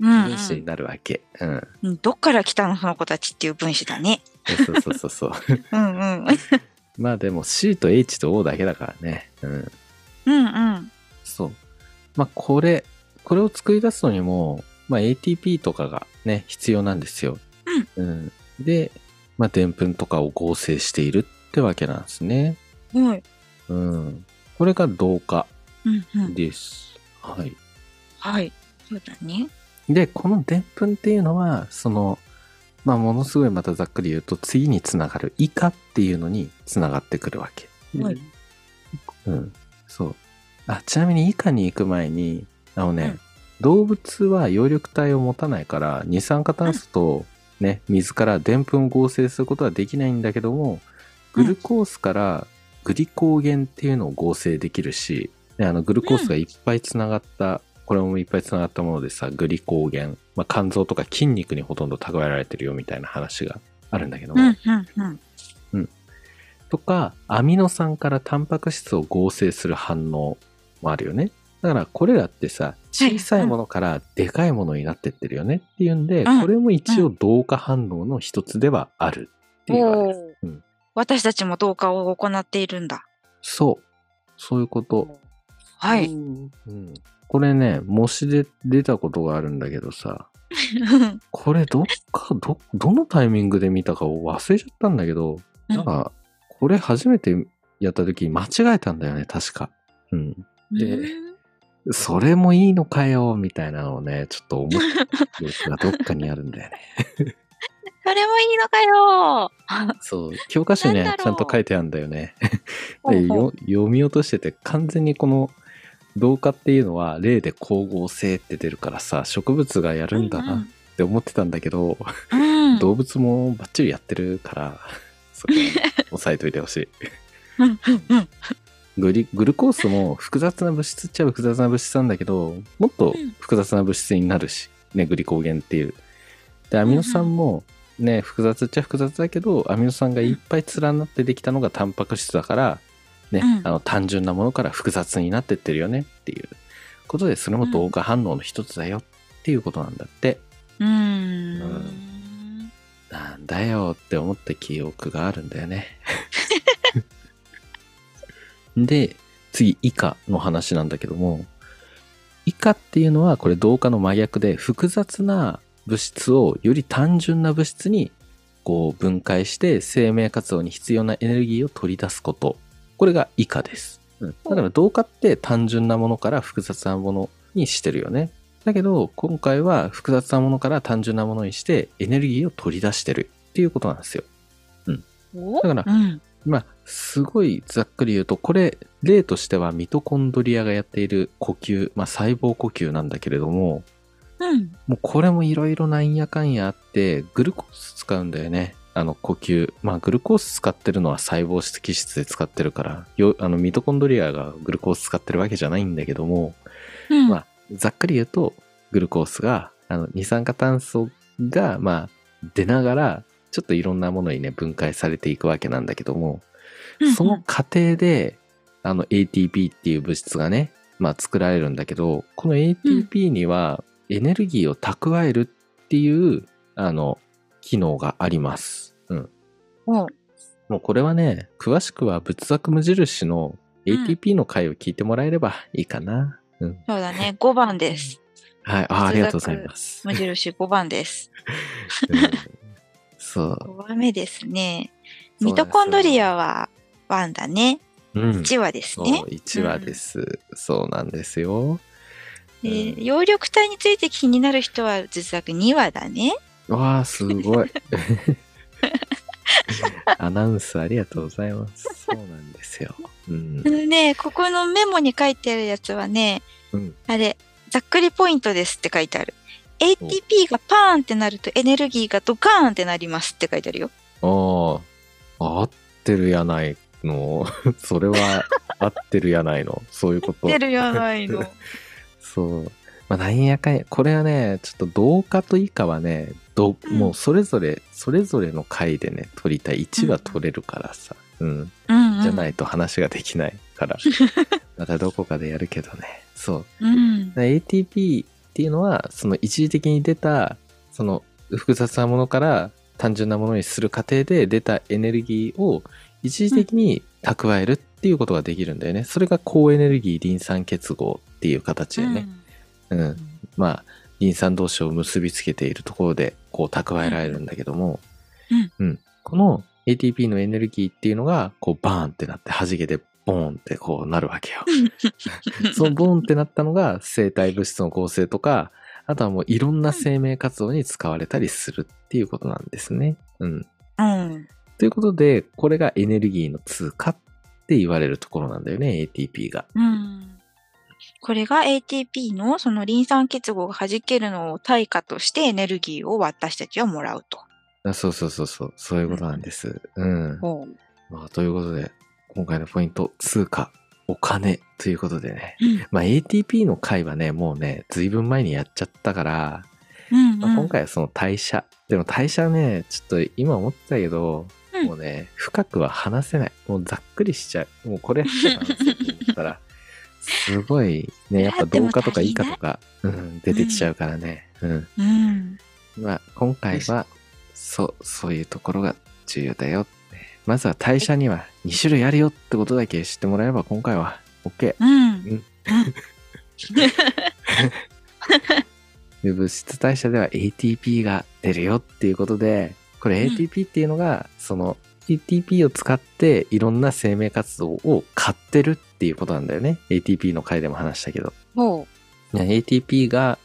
うんうん分子になるわけ。うん、うん。どっから来たのその子たちっていう分子だね。そうそうそうそう。うんうん。まあでも C と H と O だけだからね。うん。うんうん。そう。まあこれ、これを作り出すのにも、まあ ATP とかがね、必要なんですよ。うん。で、まあでんぷんとかを合成しているってわけなんですね。はい。うん。これが同化うんうん。です。はい。はい。そうだね。で、このでんぷんっていうのは、その、まあ、ものすごいまたざっくり言うと、次につながる以下っていうのにつながってくるわけ。はいうん。そう。あ、ちなみに以下に行く前に、あのね、うん動物は葉緑体を持たないから、二酸化炭素とね、水からでんぷんを合成することはできないんだけども、グうんルコースからグリコーゲンっていうのを合成できるし、ねあのグルコースがいっぱいつながった、これもいっぱいつながったものでさ、グリコーゲン、まあ、肝臓とか筋肉にほとんど蓄えられてるよみたいな話があるんだけどうも、んうんうん。とか、アミノ酸からタンパク質を合成する反応もあるよね。だからこれらってさ、小さいものからでかいものになってってるよねっていうんで、うんこれも一応同化反応の一つではあるっていうわけです。おーうん私たちも同化を行っているんだ。そう。そういうこと。はうい。んうん、これね、模試で出たことがあるんだけどさ、うんこれどっか、ど、どのタイミングで見たかを忘れちゃったんだけど、なんか、これ初めてやった時に間違えたんだよね、確か。うん。でうんそれもいいのかよ、みたいなのをね、ちょっと思った記憶がどっかにあるんだよ *laughs* ね。それもいいのかよそう、教科書になはんだちろゃうんと書いてあるんだよね。 *laughs* ほでうほうよ読み落としてて、完全にこの同化っていうのは、例で光合成って出るからさ、植物がやるんだなって思ってたんだけど、うんうんうん動物もバッチリやってるから、そこは押さえといてほしい。うんうんうんグリグルコースも複雑な物質っちゃ複雑な物質なんだけどもっとうん複雑な物質になるし、ね、グリコーゲンっていうでアミノ酸もね複雑っちゃ複雑だけどアミノ酸がいっぱい連なってできたのがタンパク質だから、ねうんあの単純なものから複雑になってってるよねっていうことでそれも同化反応の一つだよっていうことなんだって、うーうんなんだよって思った記憶があるんだよね *laughs* で次以下の話なんだけども以下っていうのはこれ同化の真逆で複雑な物質をより単純な物質にこう分解して生命活動に必要なエネルギーを取り出すことこれが以下です、うんだから同化って単純なものから複雑なものにしてるよねだけど今回は複雑なものから単純なものにしてエネルギーを取り出してるっっていうことなんですよ。おだからう、ん。まあ、すごいざっくり言うと、これ、例としてはミトコンドリアがやっている呼吸、まあ、細胞呼吸なんだけれども、うん。もうこれもいろいろなんやかんやあって、グルコース使うんだよね。あの呼吸。まあ、グルコース使ってるのは細胞質基質で使ってるから、よあのミトコンドリアがグルコース使ってるわけじゃないんだけども、うん。まあ、ざっくり言うと、グルコースが、あの、二酸化炭素が、まあ、出ながら、ちょっといろんなものにね、分解されていくわけなんだけども、うんその過程で、あの、ATP っていう物質がね、まあ、作られるんだけど、この ATP には、エネルギーを蓄えるっていう、あの、機能があります。うん。うんもうこれはね、詳しくは仏作無印の ATP の回を聞いてもらえればいいかな。うん。そうだね。5番です。はい、あありがとうございます。無印5番です。うんそう。 5番目ですね。そうなミんですよトコンドリアは1だね。うん、 1話ですそうね。 1話です、そうなんですよ。でうん葉緑体について気になる人は実作2話だね。わあ、すご *laughs* い。アナウンスありがとうございます。そうなんですよ。うんあ。のね、ここのメモに書いてあるやつはね、うんあれ、ざっくりポイントですって書いてある。ATP がパーンってなるとエネルギーがドカーンってなりますって書いてあるよ。ああ、合ってるやないの。それは合ってるやないの。そういうこと。出るやな *laughs* いの。そう。まあ、なんやかんや。これはね、ちょっと同化と以下はね、どうんもうそれぞれ、それぞれの回でね、取りたい。1は取れるからさ。うん。うん、うん。じゃないと話ができないから。またどこかでやるけどね。そう。うん。だから ATP っていうのは、その一時的に出た、その複雑なものから単純なものにする過程で出たエネルギーを一時的に蓄えるっていうことができるんだよね。それが高エネルギーリン酸結合っていう形でね。うん、まあリン酸同士を結びつけているところでこう蓄えられるんだけども、うんこの ATP のエネルギーっていうのがこうバーンってなって弾けてボーンってこうなるわけよ。そのボーンってなったのが生体物質の合成とかあとはもういろんな生命活動に使われたりするっていうことなんですね。うん、うん。ということでこれがエネルギーの通貨って言われるところなんだよね ATP が。うん。これが ATP のそのリン酸結合が弾けるのを対価としてエネルギーを私たちはもらうと。あそうそうそうそうそういうことなんです。うん、ほうまあ、ということで、今回のポイント、通貨、お金ということでね。うんまあ、ATP の回はね、もうね、ずいぶん前にやっちゃったから、うんうんまあ、今回はその代謝。でも代謝ね、ちょっと今思ったけど、うんもうね、深くは話せない。もうざっくりしちゃう。もうこれ話した *laughs* ら、すごいね、やっぱ同化とか以下とか、うん、出てきちゃうからね。うん。うん。まあ、今回は、そう、そういうところが重要だよって。まずは代謝には2種類あるよってことだけ知ってもらえれば今回は OK。うん。んで物質代謝では ATP が出るよっていうことで、これうん ATP っていうのが、その ATP を使っていろんな生命活動を買ってるっていうことなんだよね。ATP の回でも話したけど。ほいや ATP が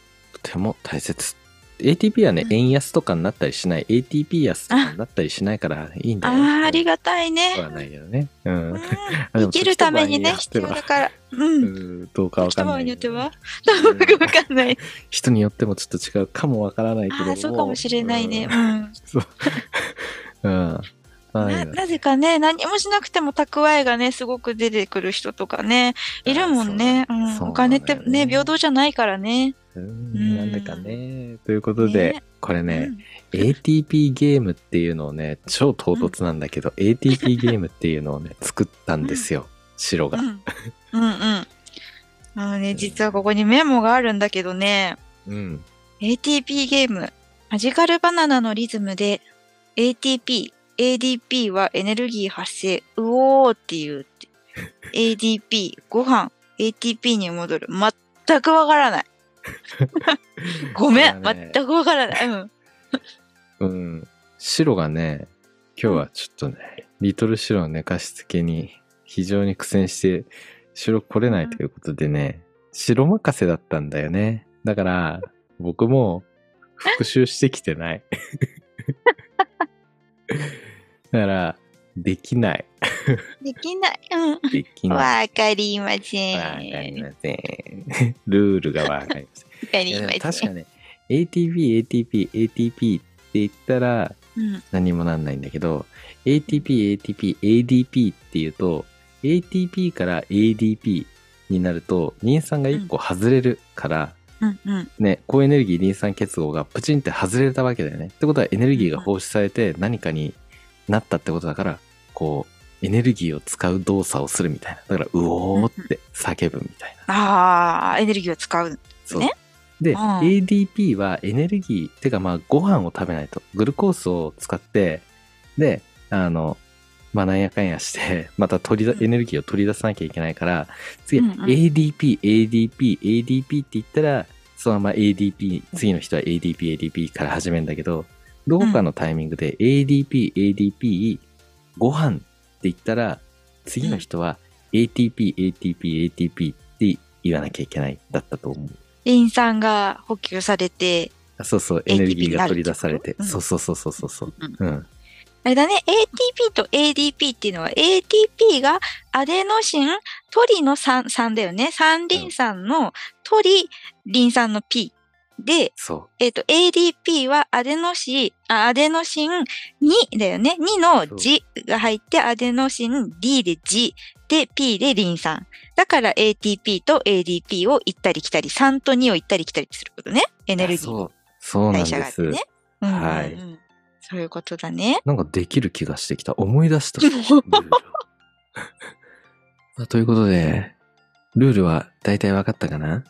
とても大切。ATP はね、うん円安とかになったりしない。ATP 安とかになったりしないからいいんだあよ。あ、ありがたいねこと。はないけどね。うん。うあんで生もきるためにね、時必と要場合によだってはから。うん。うんどうかわ時かんと場な合い。によっては、 *laughs* どうかわかんない。人によってもちょっと違うかもわからないけれどあも。あ、そうかもしれないね。ううんん。そう。うん。まあななぜかね、何もしなくても蓄えがね、すごく出てくる人とかね、いるもんね。あーそううんそうお金ってなんだよね、ね平等じゃないからね。うんなんでかね。ということでね、これね、う ATP ゲームっていうのをね、超唐突なんだけど、ATP ゲームっていうのをね、作ったんですよ。白がん。。うんうんうん。あのね、実はここにメモがあるんだけどね、うん。 ATP ゲーム、マジカルバナナのリズムで、ATP、ADP はエネルギー発生、うおーっていうって。ADP、ご飯、ATP に戻る。全くわから *laughs* ない。ごめん、そうだね全くわからない。うん。うん。白がね、今日はちょっとね、リトル白の寝かしつけに非常に苦戦して、白来れないということでね、白任せだったんだよね。だから、僕も復習してきてない。 *laughs* だから、できない。できない。うん。できない。わかりません。わかりません。ルールがわかりません。わかりまいや確せかん。ね、ATP、ATP、ATP って言ったらうん。何もなんないんだけど、ATP、ATP、ADP って言うと、ATP から ADP になると、リン酸が1個外れるから、うん。うん。ね、高エネルギーリン酸結合がプチンって外れたわけだよね。ってことはエネルギーが放出されて何かになったってことだから、こう、エネルギーを使う動作をするみたいな。だから、うおーって叫ぶみたいな。ああ、エネルギーを使う。そう。ねで、ん ADP はエネルギー、てかまあご飯を食べないと、グルコースを使って、で、あの、まあなんやかんやして、 *laughs* また取りだうんエネルギーを取り出さなきゃいけないから、次、うんうん ADP、ADP、ADP って言ったら、そのまま ADP、次の人は ADP、ADP から始めるんだけど、どこかのタイミングで ADP、ADP、ご飯って言ったら、次の人は ATP、ATP、ATP って言わなきゃいけない、だったと思う。リン酸が補給されて、あそうそう、 ATP エネルギーが取り出されてに。なるってそうそうそうそうそうそう。うんうん。あれだね、ATP と ADP っていうのは、ATP がアデノシン、トリの酸酸だよね。三リン酸のトリ、リン酸の P。で、そえっ、と、ADP はアデノシン、あアデノシン2だよね。2の字が入って、アデノシン D で G で P でリン酸。だから ATP と ADP を行ったり来たり、3と2を行ったり来たりすることね。エう。ネルギーそう。そうなん代謝でがあってす。ね。うんうんうんはいそういうことだね。なんかできる気がしてきた。思い出 *laughs* した。ルールまあということで、ルールは大体分かったかな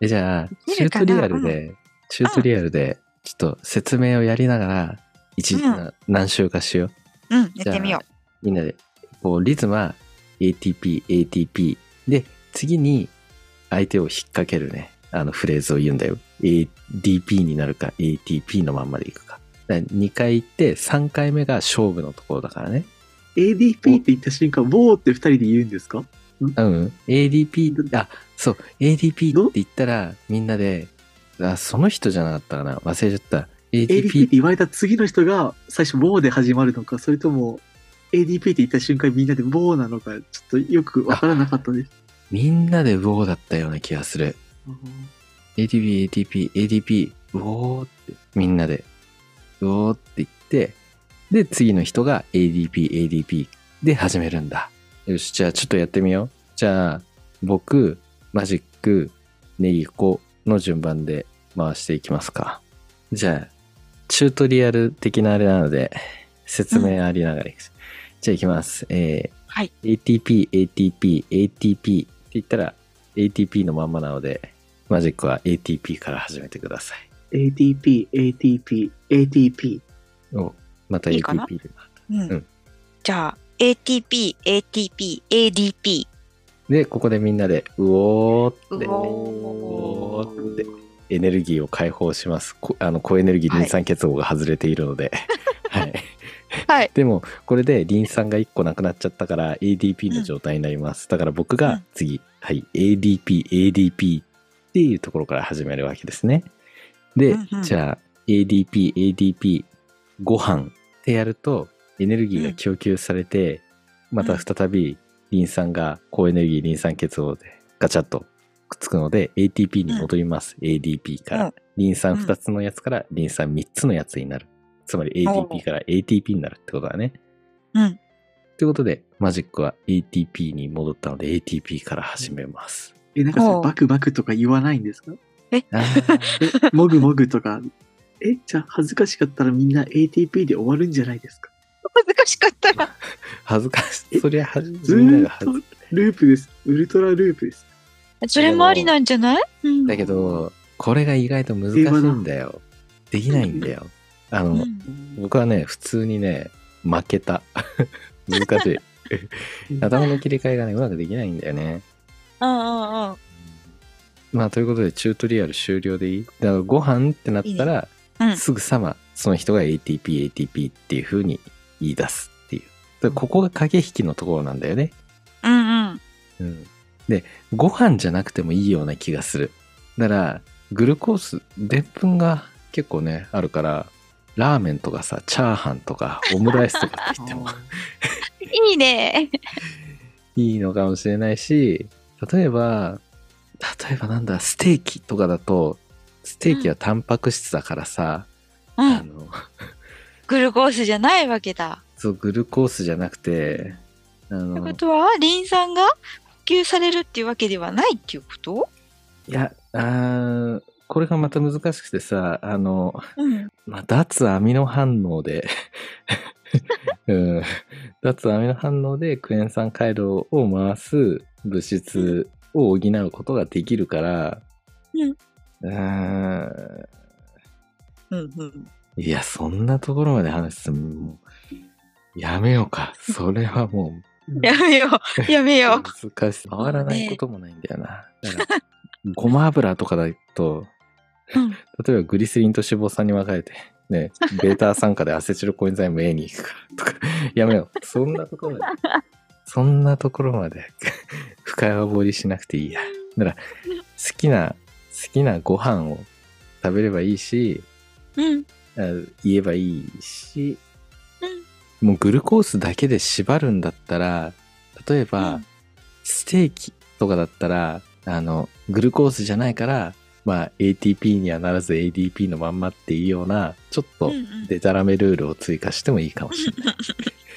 えじゃあ、できチュるーかトなリアルで、チュートリアルで、ちょっと説明をやりながら、一、うんな何週かしよう。うん、やってみよう。みんなで、こう、リズムは ATP、ATP。で、次に相手を引っ掛けるね、あのフレーズを言うんだよ。ADP になるか、ATP のまんまでいくか。2回行って、3回目が勝負のところだからね。 ADP って言った瞬間、ボーって二人で言うんですかうん。ADP、あ、そう、ADP って言ったら、みんなで、あ、その人じゃなかったかな。忘れちゃった。 ADP って ADP 言われた次の人が最初ボーで始まるのか、それとも ADP って言った瞬間みんなでボーなのか、ちょっとよくわからなかったです。みんなでウォーだったような気がする。あー ATP、ATP、ATP、うおーって、みんなで、うおーって言って、で、次の人が ADP、ADP で始めるんだ。よし、じゃあちょっとやってみよう。じゃあ、僕、マジック、ネギコの順番で回していきますか。じゃあ、チュートリアル的なあれなので、説明ありながらいく。じゃあいきます。えーはい。 ATP、ATP、ATP って言ったら ATP のまんまなので、マジックは ATP から始めてください。 ATP、ATP、ATP。お、またいいかな ATP で。うんうんじゃあ、ATP、ATP、ADP。で、ここでみんなで、うおーっうおて、おーってエネルギーを解放します。こあの、高エネルギー、はいリン酸結合が外れているの *laughs* で。はい。はい。でも、これでリン酸が1個なくなっちゃったから、ADP の状態になります。だから僕うがん次、はい、ADP、ADP っていうところから始めるわけですね。で、うんうんじゃあ、ADP、ADP、ご飯ってやると、エネルギーが供給されて、また再びリン酸が高エネルギーリン酸結合でガチャッとくっつくので ATP に戻ります、ADP から、うんリン酸うん2つのやつからリン酸3つのやつになるつまりおう ATP から ATP になるってことだねうん。ということでマジックは ATP に戻ったので ATP から始めます、え、なんかおさ、うバクバクとか言わないんですかあ *laughs* ーえ、もぐもぐとか。え、じゃあ恥ずかしかったらみんな ATP で終わるんじゃないですか恥ずかしかった *laughs* ら。恥ずかしいえそりゃは *laughs* みずんながーっ恥とずループです。ウルトラループです。それもありなんじゃないうんだけどこれが意外と難しいんだよできないんだよあの、うん僕はね普通にね負けた *laughs* 難しい頭の切り替えがねうまくできないんだよねうんうんうん。まあということでチュートリアル終了でいいだからご飯ってなったらいいねうんすぐさまその人が ATPATP っていう風に言い出すっていうだからここが駆け引きのところなんだよね、うんうん。うん、でご飯じゃなくてもいいような気がするだからグルコースでんぷんが結構ねあるからラーメンとかさチャーハンとかオムライスとかって言 *laughs* ってもあーいいね。いいのかもしれないし例えば例えばなんだステーキとかだとステーキはタンパク質だからさ、うあん。のグルコースじゃないわけだ。そうグルコースじゃなくてあってこのとは、リン酸が補給されるっていうわけではないっていうこといやあーこれがまた難しくてさあのうん。まあ、脱アミノ反応で *laughs* うん、脱アミノ反応でクエン酸回路を回す物質を補うことができるから、うんうーんうんうん。いや、そんなところまで話すもうやめようか。それはもううんやめよう。やめよう。難しい。回らないこともないんだよな。だからごま油とかだと、うん例えばグリセリンと脂肪酸に分かれて、ね、ベータ酸化でアセチルコエンザイム A に行くからとか、 *laughs* やめよう。そんなところまで。そんなところまで深掘りしなくていいや。だから、好きな、好きなご飯を食べればいいし、うん。あ言えばいいし、もうグルコースだけで縛るんだったら、例えば、うんステーキとかだったら、あの、グルコースじゃないから、まあ ATP にはならず ADP のまんまっていうような、ちょっうとんうんデタラメルールを追加してもいいかもしれない。 *laughs*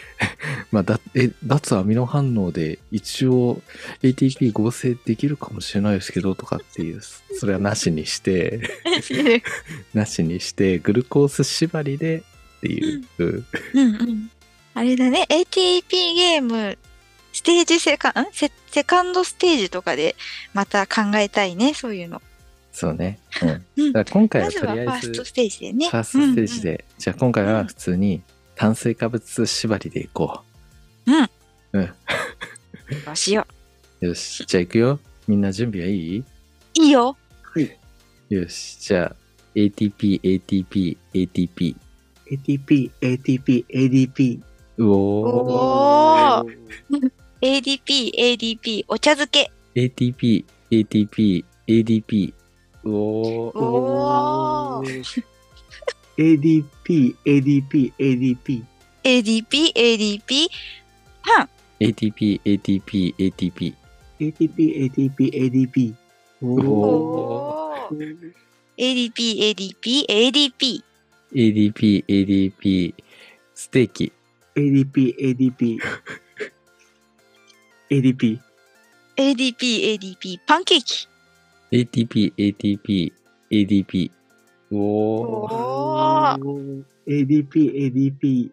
まあ、だ、え、脱アミノ反応で一応 ATP 合成できるかもしれないですけどとかっていう、それはなしにして、 *laughs* なしにして、グルコース縛りでっていう、うんうん。あれだね、ATP ゲーム、ステージセカン、んセセカンドステージとかでまた考えたいね、そういうの。そうね。うんうんだから今回まはずとはフりァあーえずス、トステージでね。ファーストステージで、じゃあ今回うはん普通に炭水化物縛りでいこうんうん。どうしよ。う。よし、じゃあ行くよ。みんな準備はいいういいよ。はい。よし、じゃあ ATP、ATP、ATP。 ATP、ATP、ADP。うおー。おー ADP、ADP、お茶漬け。 ATP、ATP、ADP。うおー。おー。 ADP、ADP、ADP。 ADP、ADP、パン。 ATP、ATP、ATP。 ATP、ATP、ADP。おー。 ADP、ADP、ADP。 ADP、ADP。ステーキ。 ADP、ADP。ADP。 ADP、ADP、パンケーキ。 ATP、ATP、ADP。うおー。おー ADP、ADP。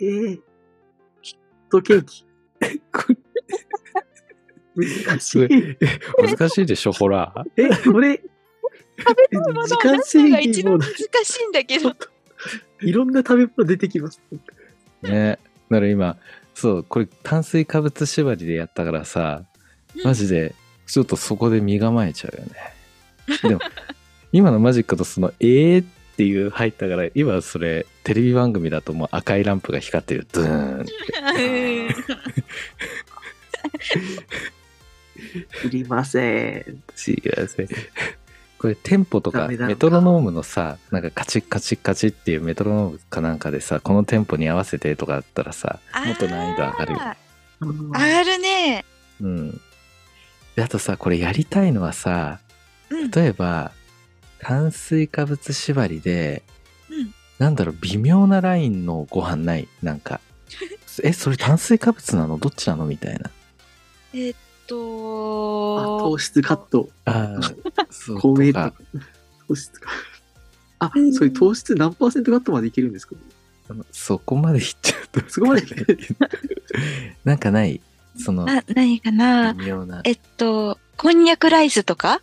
えー、ホットケーキ。難しい。難しいでしょ、ほら。え、これ、食べ物の時間制が限一番も難しいんだけど。いろんな食べ物出てきます。ね。だから今、そう、これ炭水化物縛りでやったからさ、マジで、ちょっとそこで身構えちゃうよね。でも、 *laughs* 今のマジックとその、えーっていう入ったから、今それ、テレビ番組だともう赤いランプが光ってる。ドゥーン。うんいりません。幸せ。これテンポとダかメなんだメトロノームのさなんかカチッカチッカチッっていうメトロノームかなんかでさこのテンポに合わせてとかだったらさもっと難易度上がるよねあー上がるね。うん。で、あとさ、これやりたいのはさ、うん。例えば、炭水化物縛りで、うんなんだろう、微妙なラインのご飯ないなん *laughs* か。え、それ炭水化物なのどっちなのみたいな。えっあと、糖質カット、ああ、そう公と明とかか。。糖質カット。あ、うんそれ糖質何パーセントカットまでいけるんですかあのそこまでいっちゃうと。そこまでなんかないその、な、何かな微妙な。えっと、こんにゃくライスとか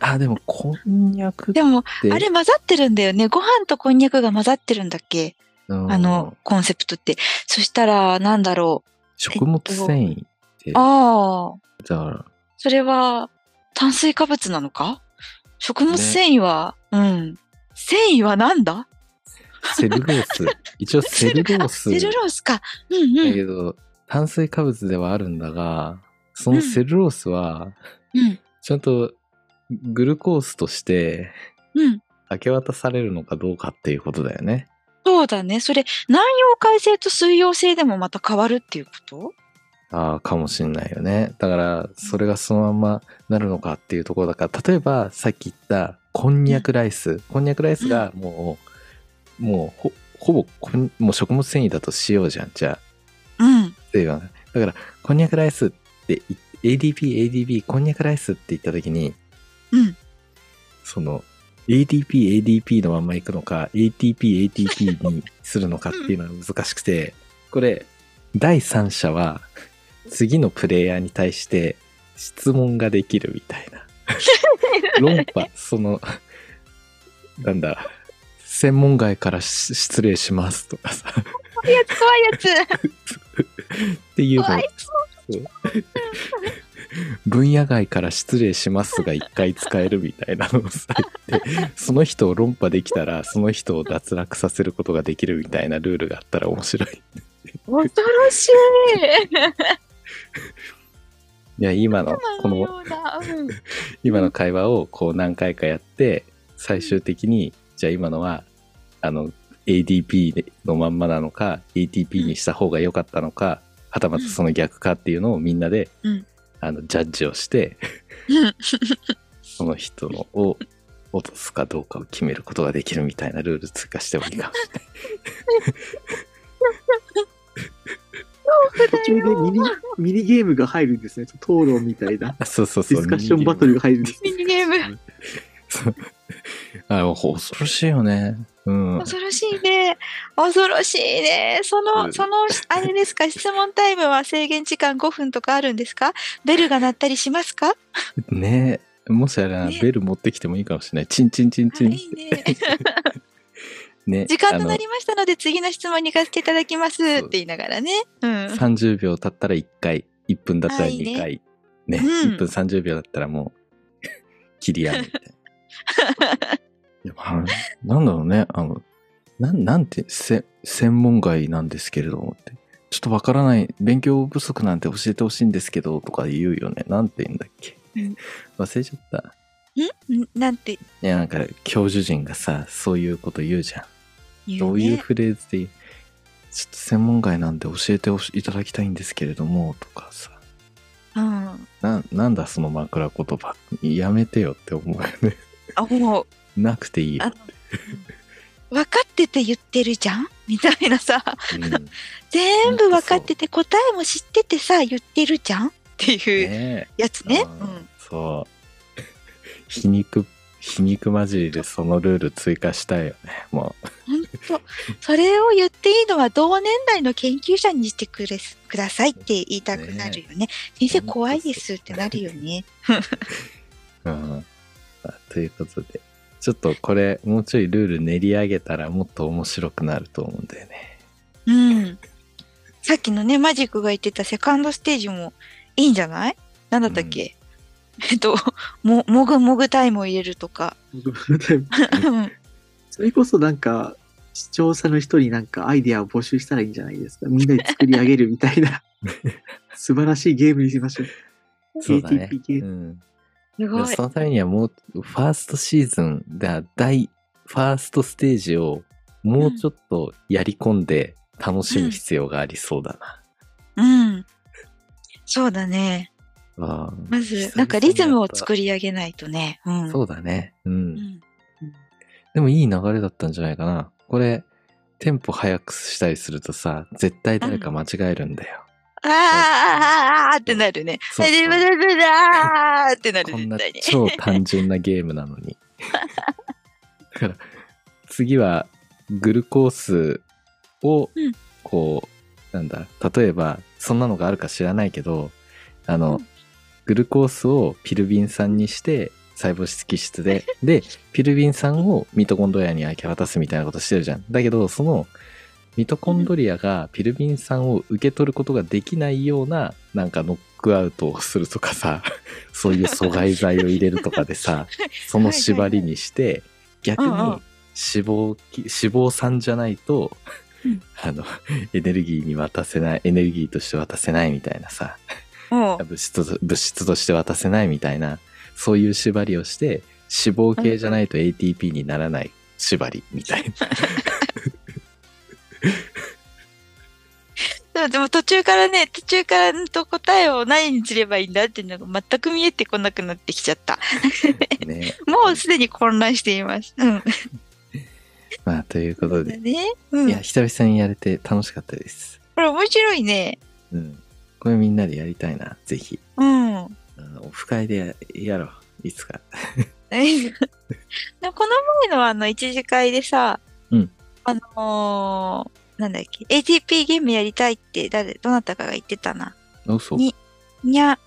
あ、でも、こんにゃくってで。も、あれ混ざってるんだよね。ご飯とこんにゃくが混ざってるんだっけうんあの、、コンセプトって。そしたら、なんだろ食物繊維って、う。ああ、だから、それは炭水化物なのか食物繊維は、うん。繊維はなんだセルロース。一応セルロース。セルロースか。うんうだん。けど、炭水化物ではあるんだが、そのセルロースは、うん。ちゃんとグルコースとして、うん。明け渡されるのかどうかっていうことだよね。そうだね。それ、南洋海性と水溶性でもまた変わるっていうことああ、かもしんないよね。だから、それがそのまんまなるのかっていうところだから、例えばさっき言ったこんにゃくライス。こんにゃくライスがもう、もうほ、ほぼこん、もう食物繊維だとしようじゃん。じゃあ、うん。例えばねだから、こんにゃくライスってい、ADP、ADP、こんにゃくライスって言ったときに、うん。その、ADP、ADP のまんま行くのか、ATP、ATP にするのかっていうのは難しくて、これ、第三者は、次のプレイヤーに対して質問ができるみたいな。 *laughs* 論破、その、なんだ、専門外からし失礼しますとかさ、怖いやつ、怖いやつ。っていうの怖いそう分野外から失礼しますが一回使えるみたいなのをさ言ってその人を論破できたらその人を脱落させることができるみたいなルールがあったら面白い恐ろしい。いや今のこのようなうん *laughs* 今の会話をこう何回かやって最終的にじゃあ今のはあの ADP のまんまなのか ATP にした方が良かったのかはたまたその逆かっていうのをみんなで、うんあのジャッジをしてその人のを落とすかどうかを決めることができるみたいなルール追加してもいいかもしれない。途中でミニミニゲームが入るんですね。討論みたい *laughs* な。あそうそうそデう。ィスカッションバトルが入るんですね。ミニゲーム。そう。あ、もう恐ろしいよね。うん。恐ろしいね。恐ろしいね。その、その、あれですか、質問タイムは制限時間5分とかあるんですかベルが鳴ったりしますかねえ。もしあれならねベル持ってきてもいいかもしれない。チンチンチンチン。いいね。ね。時間とあなのりましたので、次の質問に行かせていただきますって言いながらね。うん。 30秒経ったら1回、1分だったら2は回、ね、うん1分30秒だったらもう、 *laughs* 切り合うみたいな。 *laughs* でもあのなんだろうね、あの、なん、なんて、せ、専門外なんですけれどもって。ちょっとわからない、勉強不足なんて教えてほしいんですけど、とか言うよね。なんて言うんだっけうん。忘れちゃった。んなんていや、なんか、教授陣がさ、そういうこと言うじゃん。言う、ね、どういうフレーズで言うちょっと専門外なんで教えてほしいただきたいんですけれども、とかさ。うん。な、なんだその枕言葉。やめてよって思うよね。 *laughs* あ、もう、なくていいよ。あ分かってて言ってるじゃんみたいなさ。うん、ね全部分かってて答えも知っててさ言ってるじゃんっていうえやつね。うんそう。皮肉、皮肉混じりでそのルール追加したいよね。もうん、本当それを言っていいのは同年代の研究者にしてくれすくださいって言いたくなるよね。先生ほんとそう怖いですってなるよね。う。うん。あということで。ちょっとこれ、もうちょいルール練り上げたらもっと面白くなると思うんだよね。うん。さっきのねマジックが言ってたセカンドステージもいいんじゃないなんだったっけ、えっと *laughs* ももぐもぐタイムを入れる *laughs* とか。うん *laughs* それこそなんか、視聴者の人になんかアイデアを募集したらいいんじゃないですか。みんなで作り上げるみたい *laughs* な。素晴らしいゲームにしましょう。そうだね。 ATP うん。すでもごいそ。のためにはもう、ファーストシーズン、だ第、ファーストステージをもうちょっとやり込んで楽しむ必要がありそうだうん。そうだね。な。ああまずなんかリズムを作り。り上げないとね。うん。そうだね。う。うんんでもいい流れだったんじゃないかな。これ、テンポ早くしたりするとさ、絶対誰か間違えるんだよ。あーあーあーあーってなるね。そうそうあーあーあーってなるこん絶な対に。超単純なゲームなのに。だから、次は、グルコースをうん、こう、なんだ、例えば、そんなのがあるか知らないけど、あの、うんグルコースをピルビン酸にして、細胞質基質 *laughs* で、で、ピルビン酸をミトコンドリアに明け渡すみたいなことしてるじゃん。だけど、その、ミトコンドリアがピルビン酸を受け取ることができないような、なんかノックアウトをするとかさ、 *laughs* そういう阻害剤を入れるとかで *laughs* さ、その縛りにして、逆にうんうん脂肪き、脂肪酸じゃないとうん、あの、エネルギーに渡せない、エネルギーとして渡せないみたいなさ、 *laughs* もう物質と物質として渡せないみたいな、そういう縛りをして、脂肪系じゃないと ATP にならない縛りみたいな。でもでも途中からね、途中からうんと答えを何にすればいいんだっていうのが全く見えてこなくなってきちゃった。 *laughs* ね。もうすでに混乱しています。うん。まあ、ということで。ね。うん。いや、久々にやれて楽しかったです。これ面白いね。うん。これみんなでやりたいな、ぜひ。うん。う *laughs* んオフ会でややろう、いつか。でもこの前のあの一次会でさ、うんあのーなんだっけ、ATP ゲームやりたいって誰、どなたかが言ってたな。あそう。ににゃ、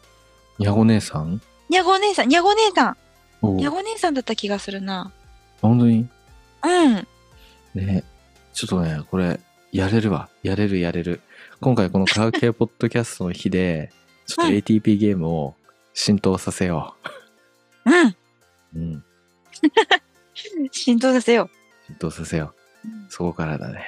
にゃご姉さんにゃご姉さん、にゃご姉さん、おにゃあご姉さんだった気がするな。本当にうん。ね。ちょっとね、これ、やれるわ。やれる、やれる。今回この科学系ポッドキャストの日で、ちょっとうん ATP ゲームを浸透させようん。う。うん。浸透させよ浸透させよううん。そこからだね。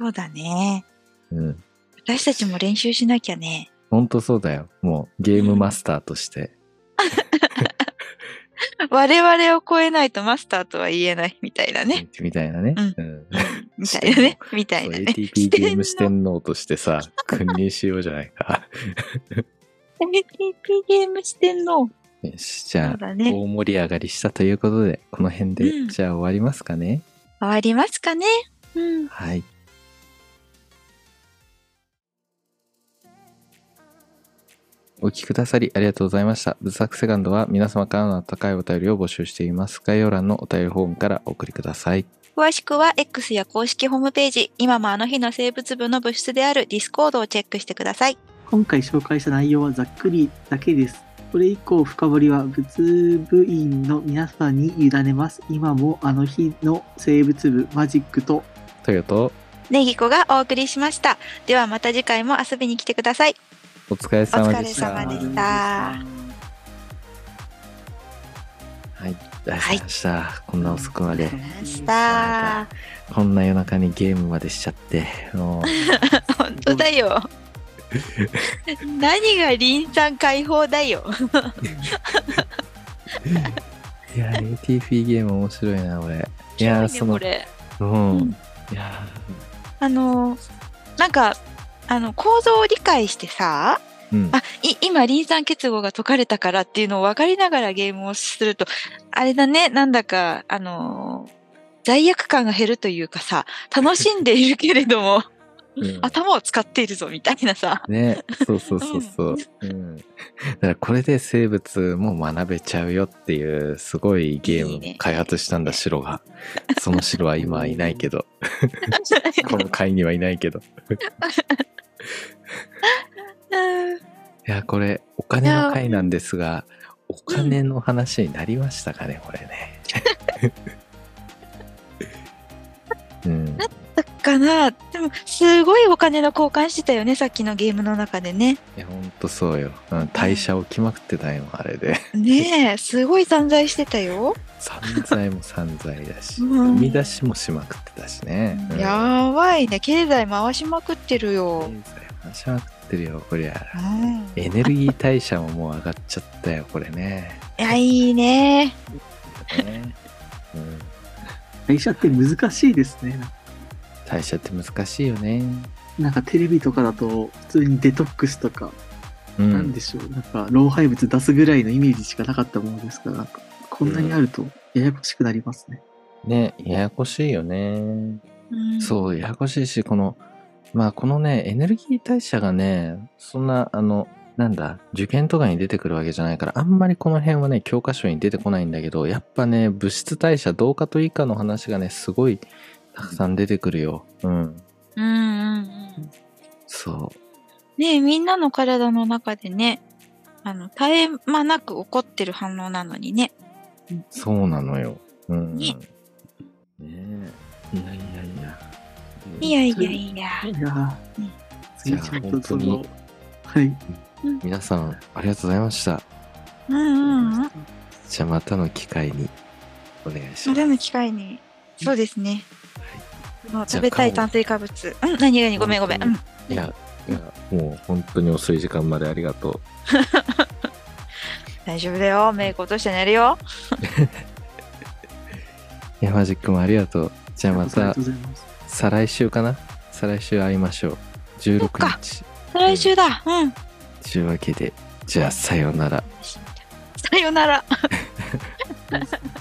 う。そうだね。うん。私たちも練習しなき *laughs* ゃね。ほんとそうだよ。もうゲームマスターとして。我々を超えないとマスターとは言えないみたいなね。みたいなね。うんうんみたいなね。みたいなそうね。 ATP ゲーム四天王として *laughs* さ、君臨しようじゃないか。 ATP ゲームしてんの。よし、じそゃうあ、だね。終大盛り上がりしたということで、この辺で、うんじゃあ終わりますかね。わりますかね。うん。はい。お聞きくださりありがとうございました。ブサクセカンドは皆様からの温かいお便りを募集しています。概要欄のお便りフォームからお送りください。詳しくは X や公式ホームページ、今もあの日の生物部の物質であるディスコードをチェックしてください。今回紹介した内容はざっくりだけです。これ以降、深掘りは仏部員の皆さんに委ねます。今もあの日の生物部、マジックと、というと、ネギコがお送りしました。ではまた次回も遊びに来てください。お疲れ様でしお疲た。れ様でしたはい。出しました。こんな遅くまで、ました。こんな夜中にゲームまでしちゃって、も本当 *laughs* だよ。何がリン酸解放だよ。う、いや、ATP ゲーム面白いな、俺。いや、そのこ、れ。うん。うんいやあの、なんか、あの、構造を理解してさ、ー、うん。あ、い、今、リン酸結合が解かれたからっていうのを分かりながらゲームをすると、あれだね、なんだか、あのー罪悪感が減るというかさ、楽しんでいるけれども、 *laughs* うん頭を使っているぞ、みたいなさ。ね、そうそうそうそう。うん。だからこれで生物も学べちゃうよっていう、すごいゲいいームね開発したんだ、白 *laughs* が。その白は今はいないけど、この会にはいないけど。いうんや、これ、お金の会なんですが、お金の話になりましたかね、これね。 *laughs* うん。だかな、でも、すごいお金の交換してたよね、さっきのゲームの中でね。いや、ほんとそうよ。うん、代謝起きまくってたよ、あれで。ねえ、すごい散財してたよ。散財も散財だし、うん生み出しもしまくってたしね。うんやばいね、経済回しまくってるよ。話しまくってるよこりゃうんエネルギー代謝ももう上がっちゃったよこれねいや、いいね。ねうん、会社って難しいですね。代謝って難しいよねなんかテレビとかだと、普通にデトックスとか、うなんんでしょう、なんか老廃物出すぐらいのイメージしかなかったものですから、なんかこんなにあるとややこしくなりますね。ねややこしいよねうん。そうややこしいしこのまあこのねエネルギー代謝がねそんなあのなんだ受験とかに出てくるわけじゃないからあんまりこの辺はね教科書に出てこないんだけどやっぱね物質代謝同化と以下の話がねすごいたくさん出てくるようんうんうんうん。そうねえみんなの体の中でね、あの、絶え間なく起こってる反応なのにね。そうなのよ。うん。ねねえ。いやいやいや。いやいやいや。いやーうん次ちゃんとそじゃあ本の、はい。皆さん、ありがとうございました。うんうんうん。じゃあまたの機会にお願いしまます。たの機会に。そうですね。もうじゃあ食べたいカ炭モ水化物。うん、何々ごめんごめん。うん。いや、いや、もう本当に遅い時間までありがとう。大丈夫だよ。メイク落として寝るよ。いや、マジックもありがとう。じゃあまありがたとう、ございます。再来週かな再来週会いましょう。そ16っか日。再来週だ。うん。というわけで、じゃあさようなら。さよなら。そうですね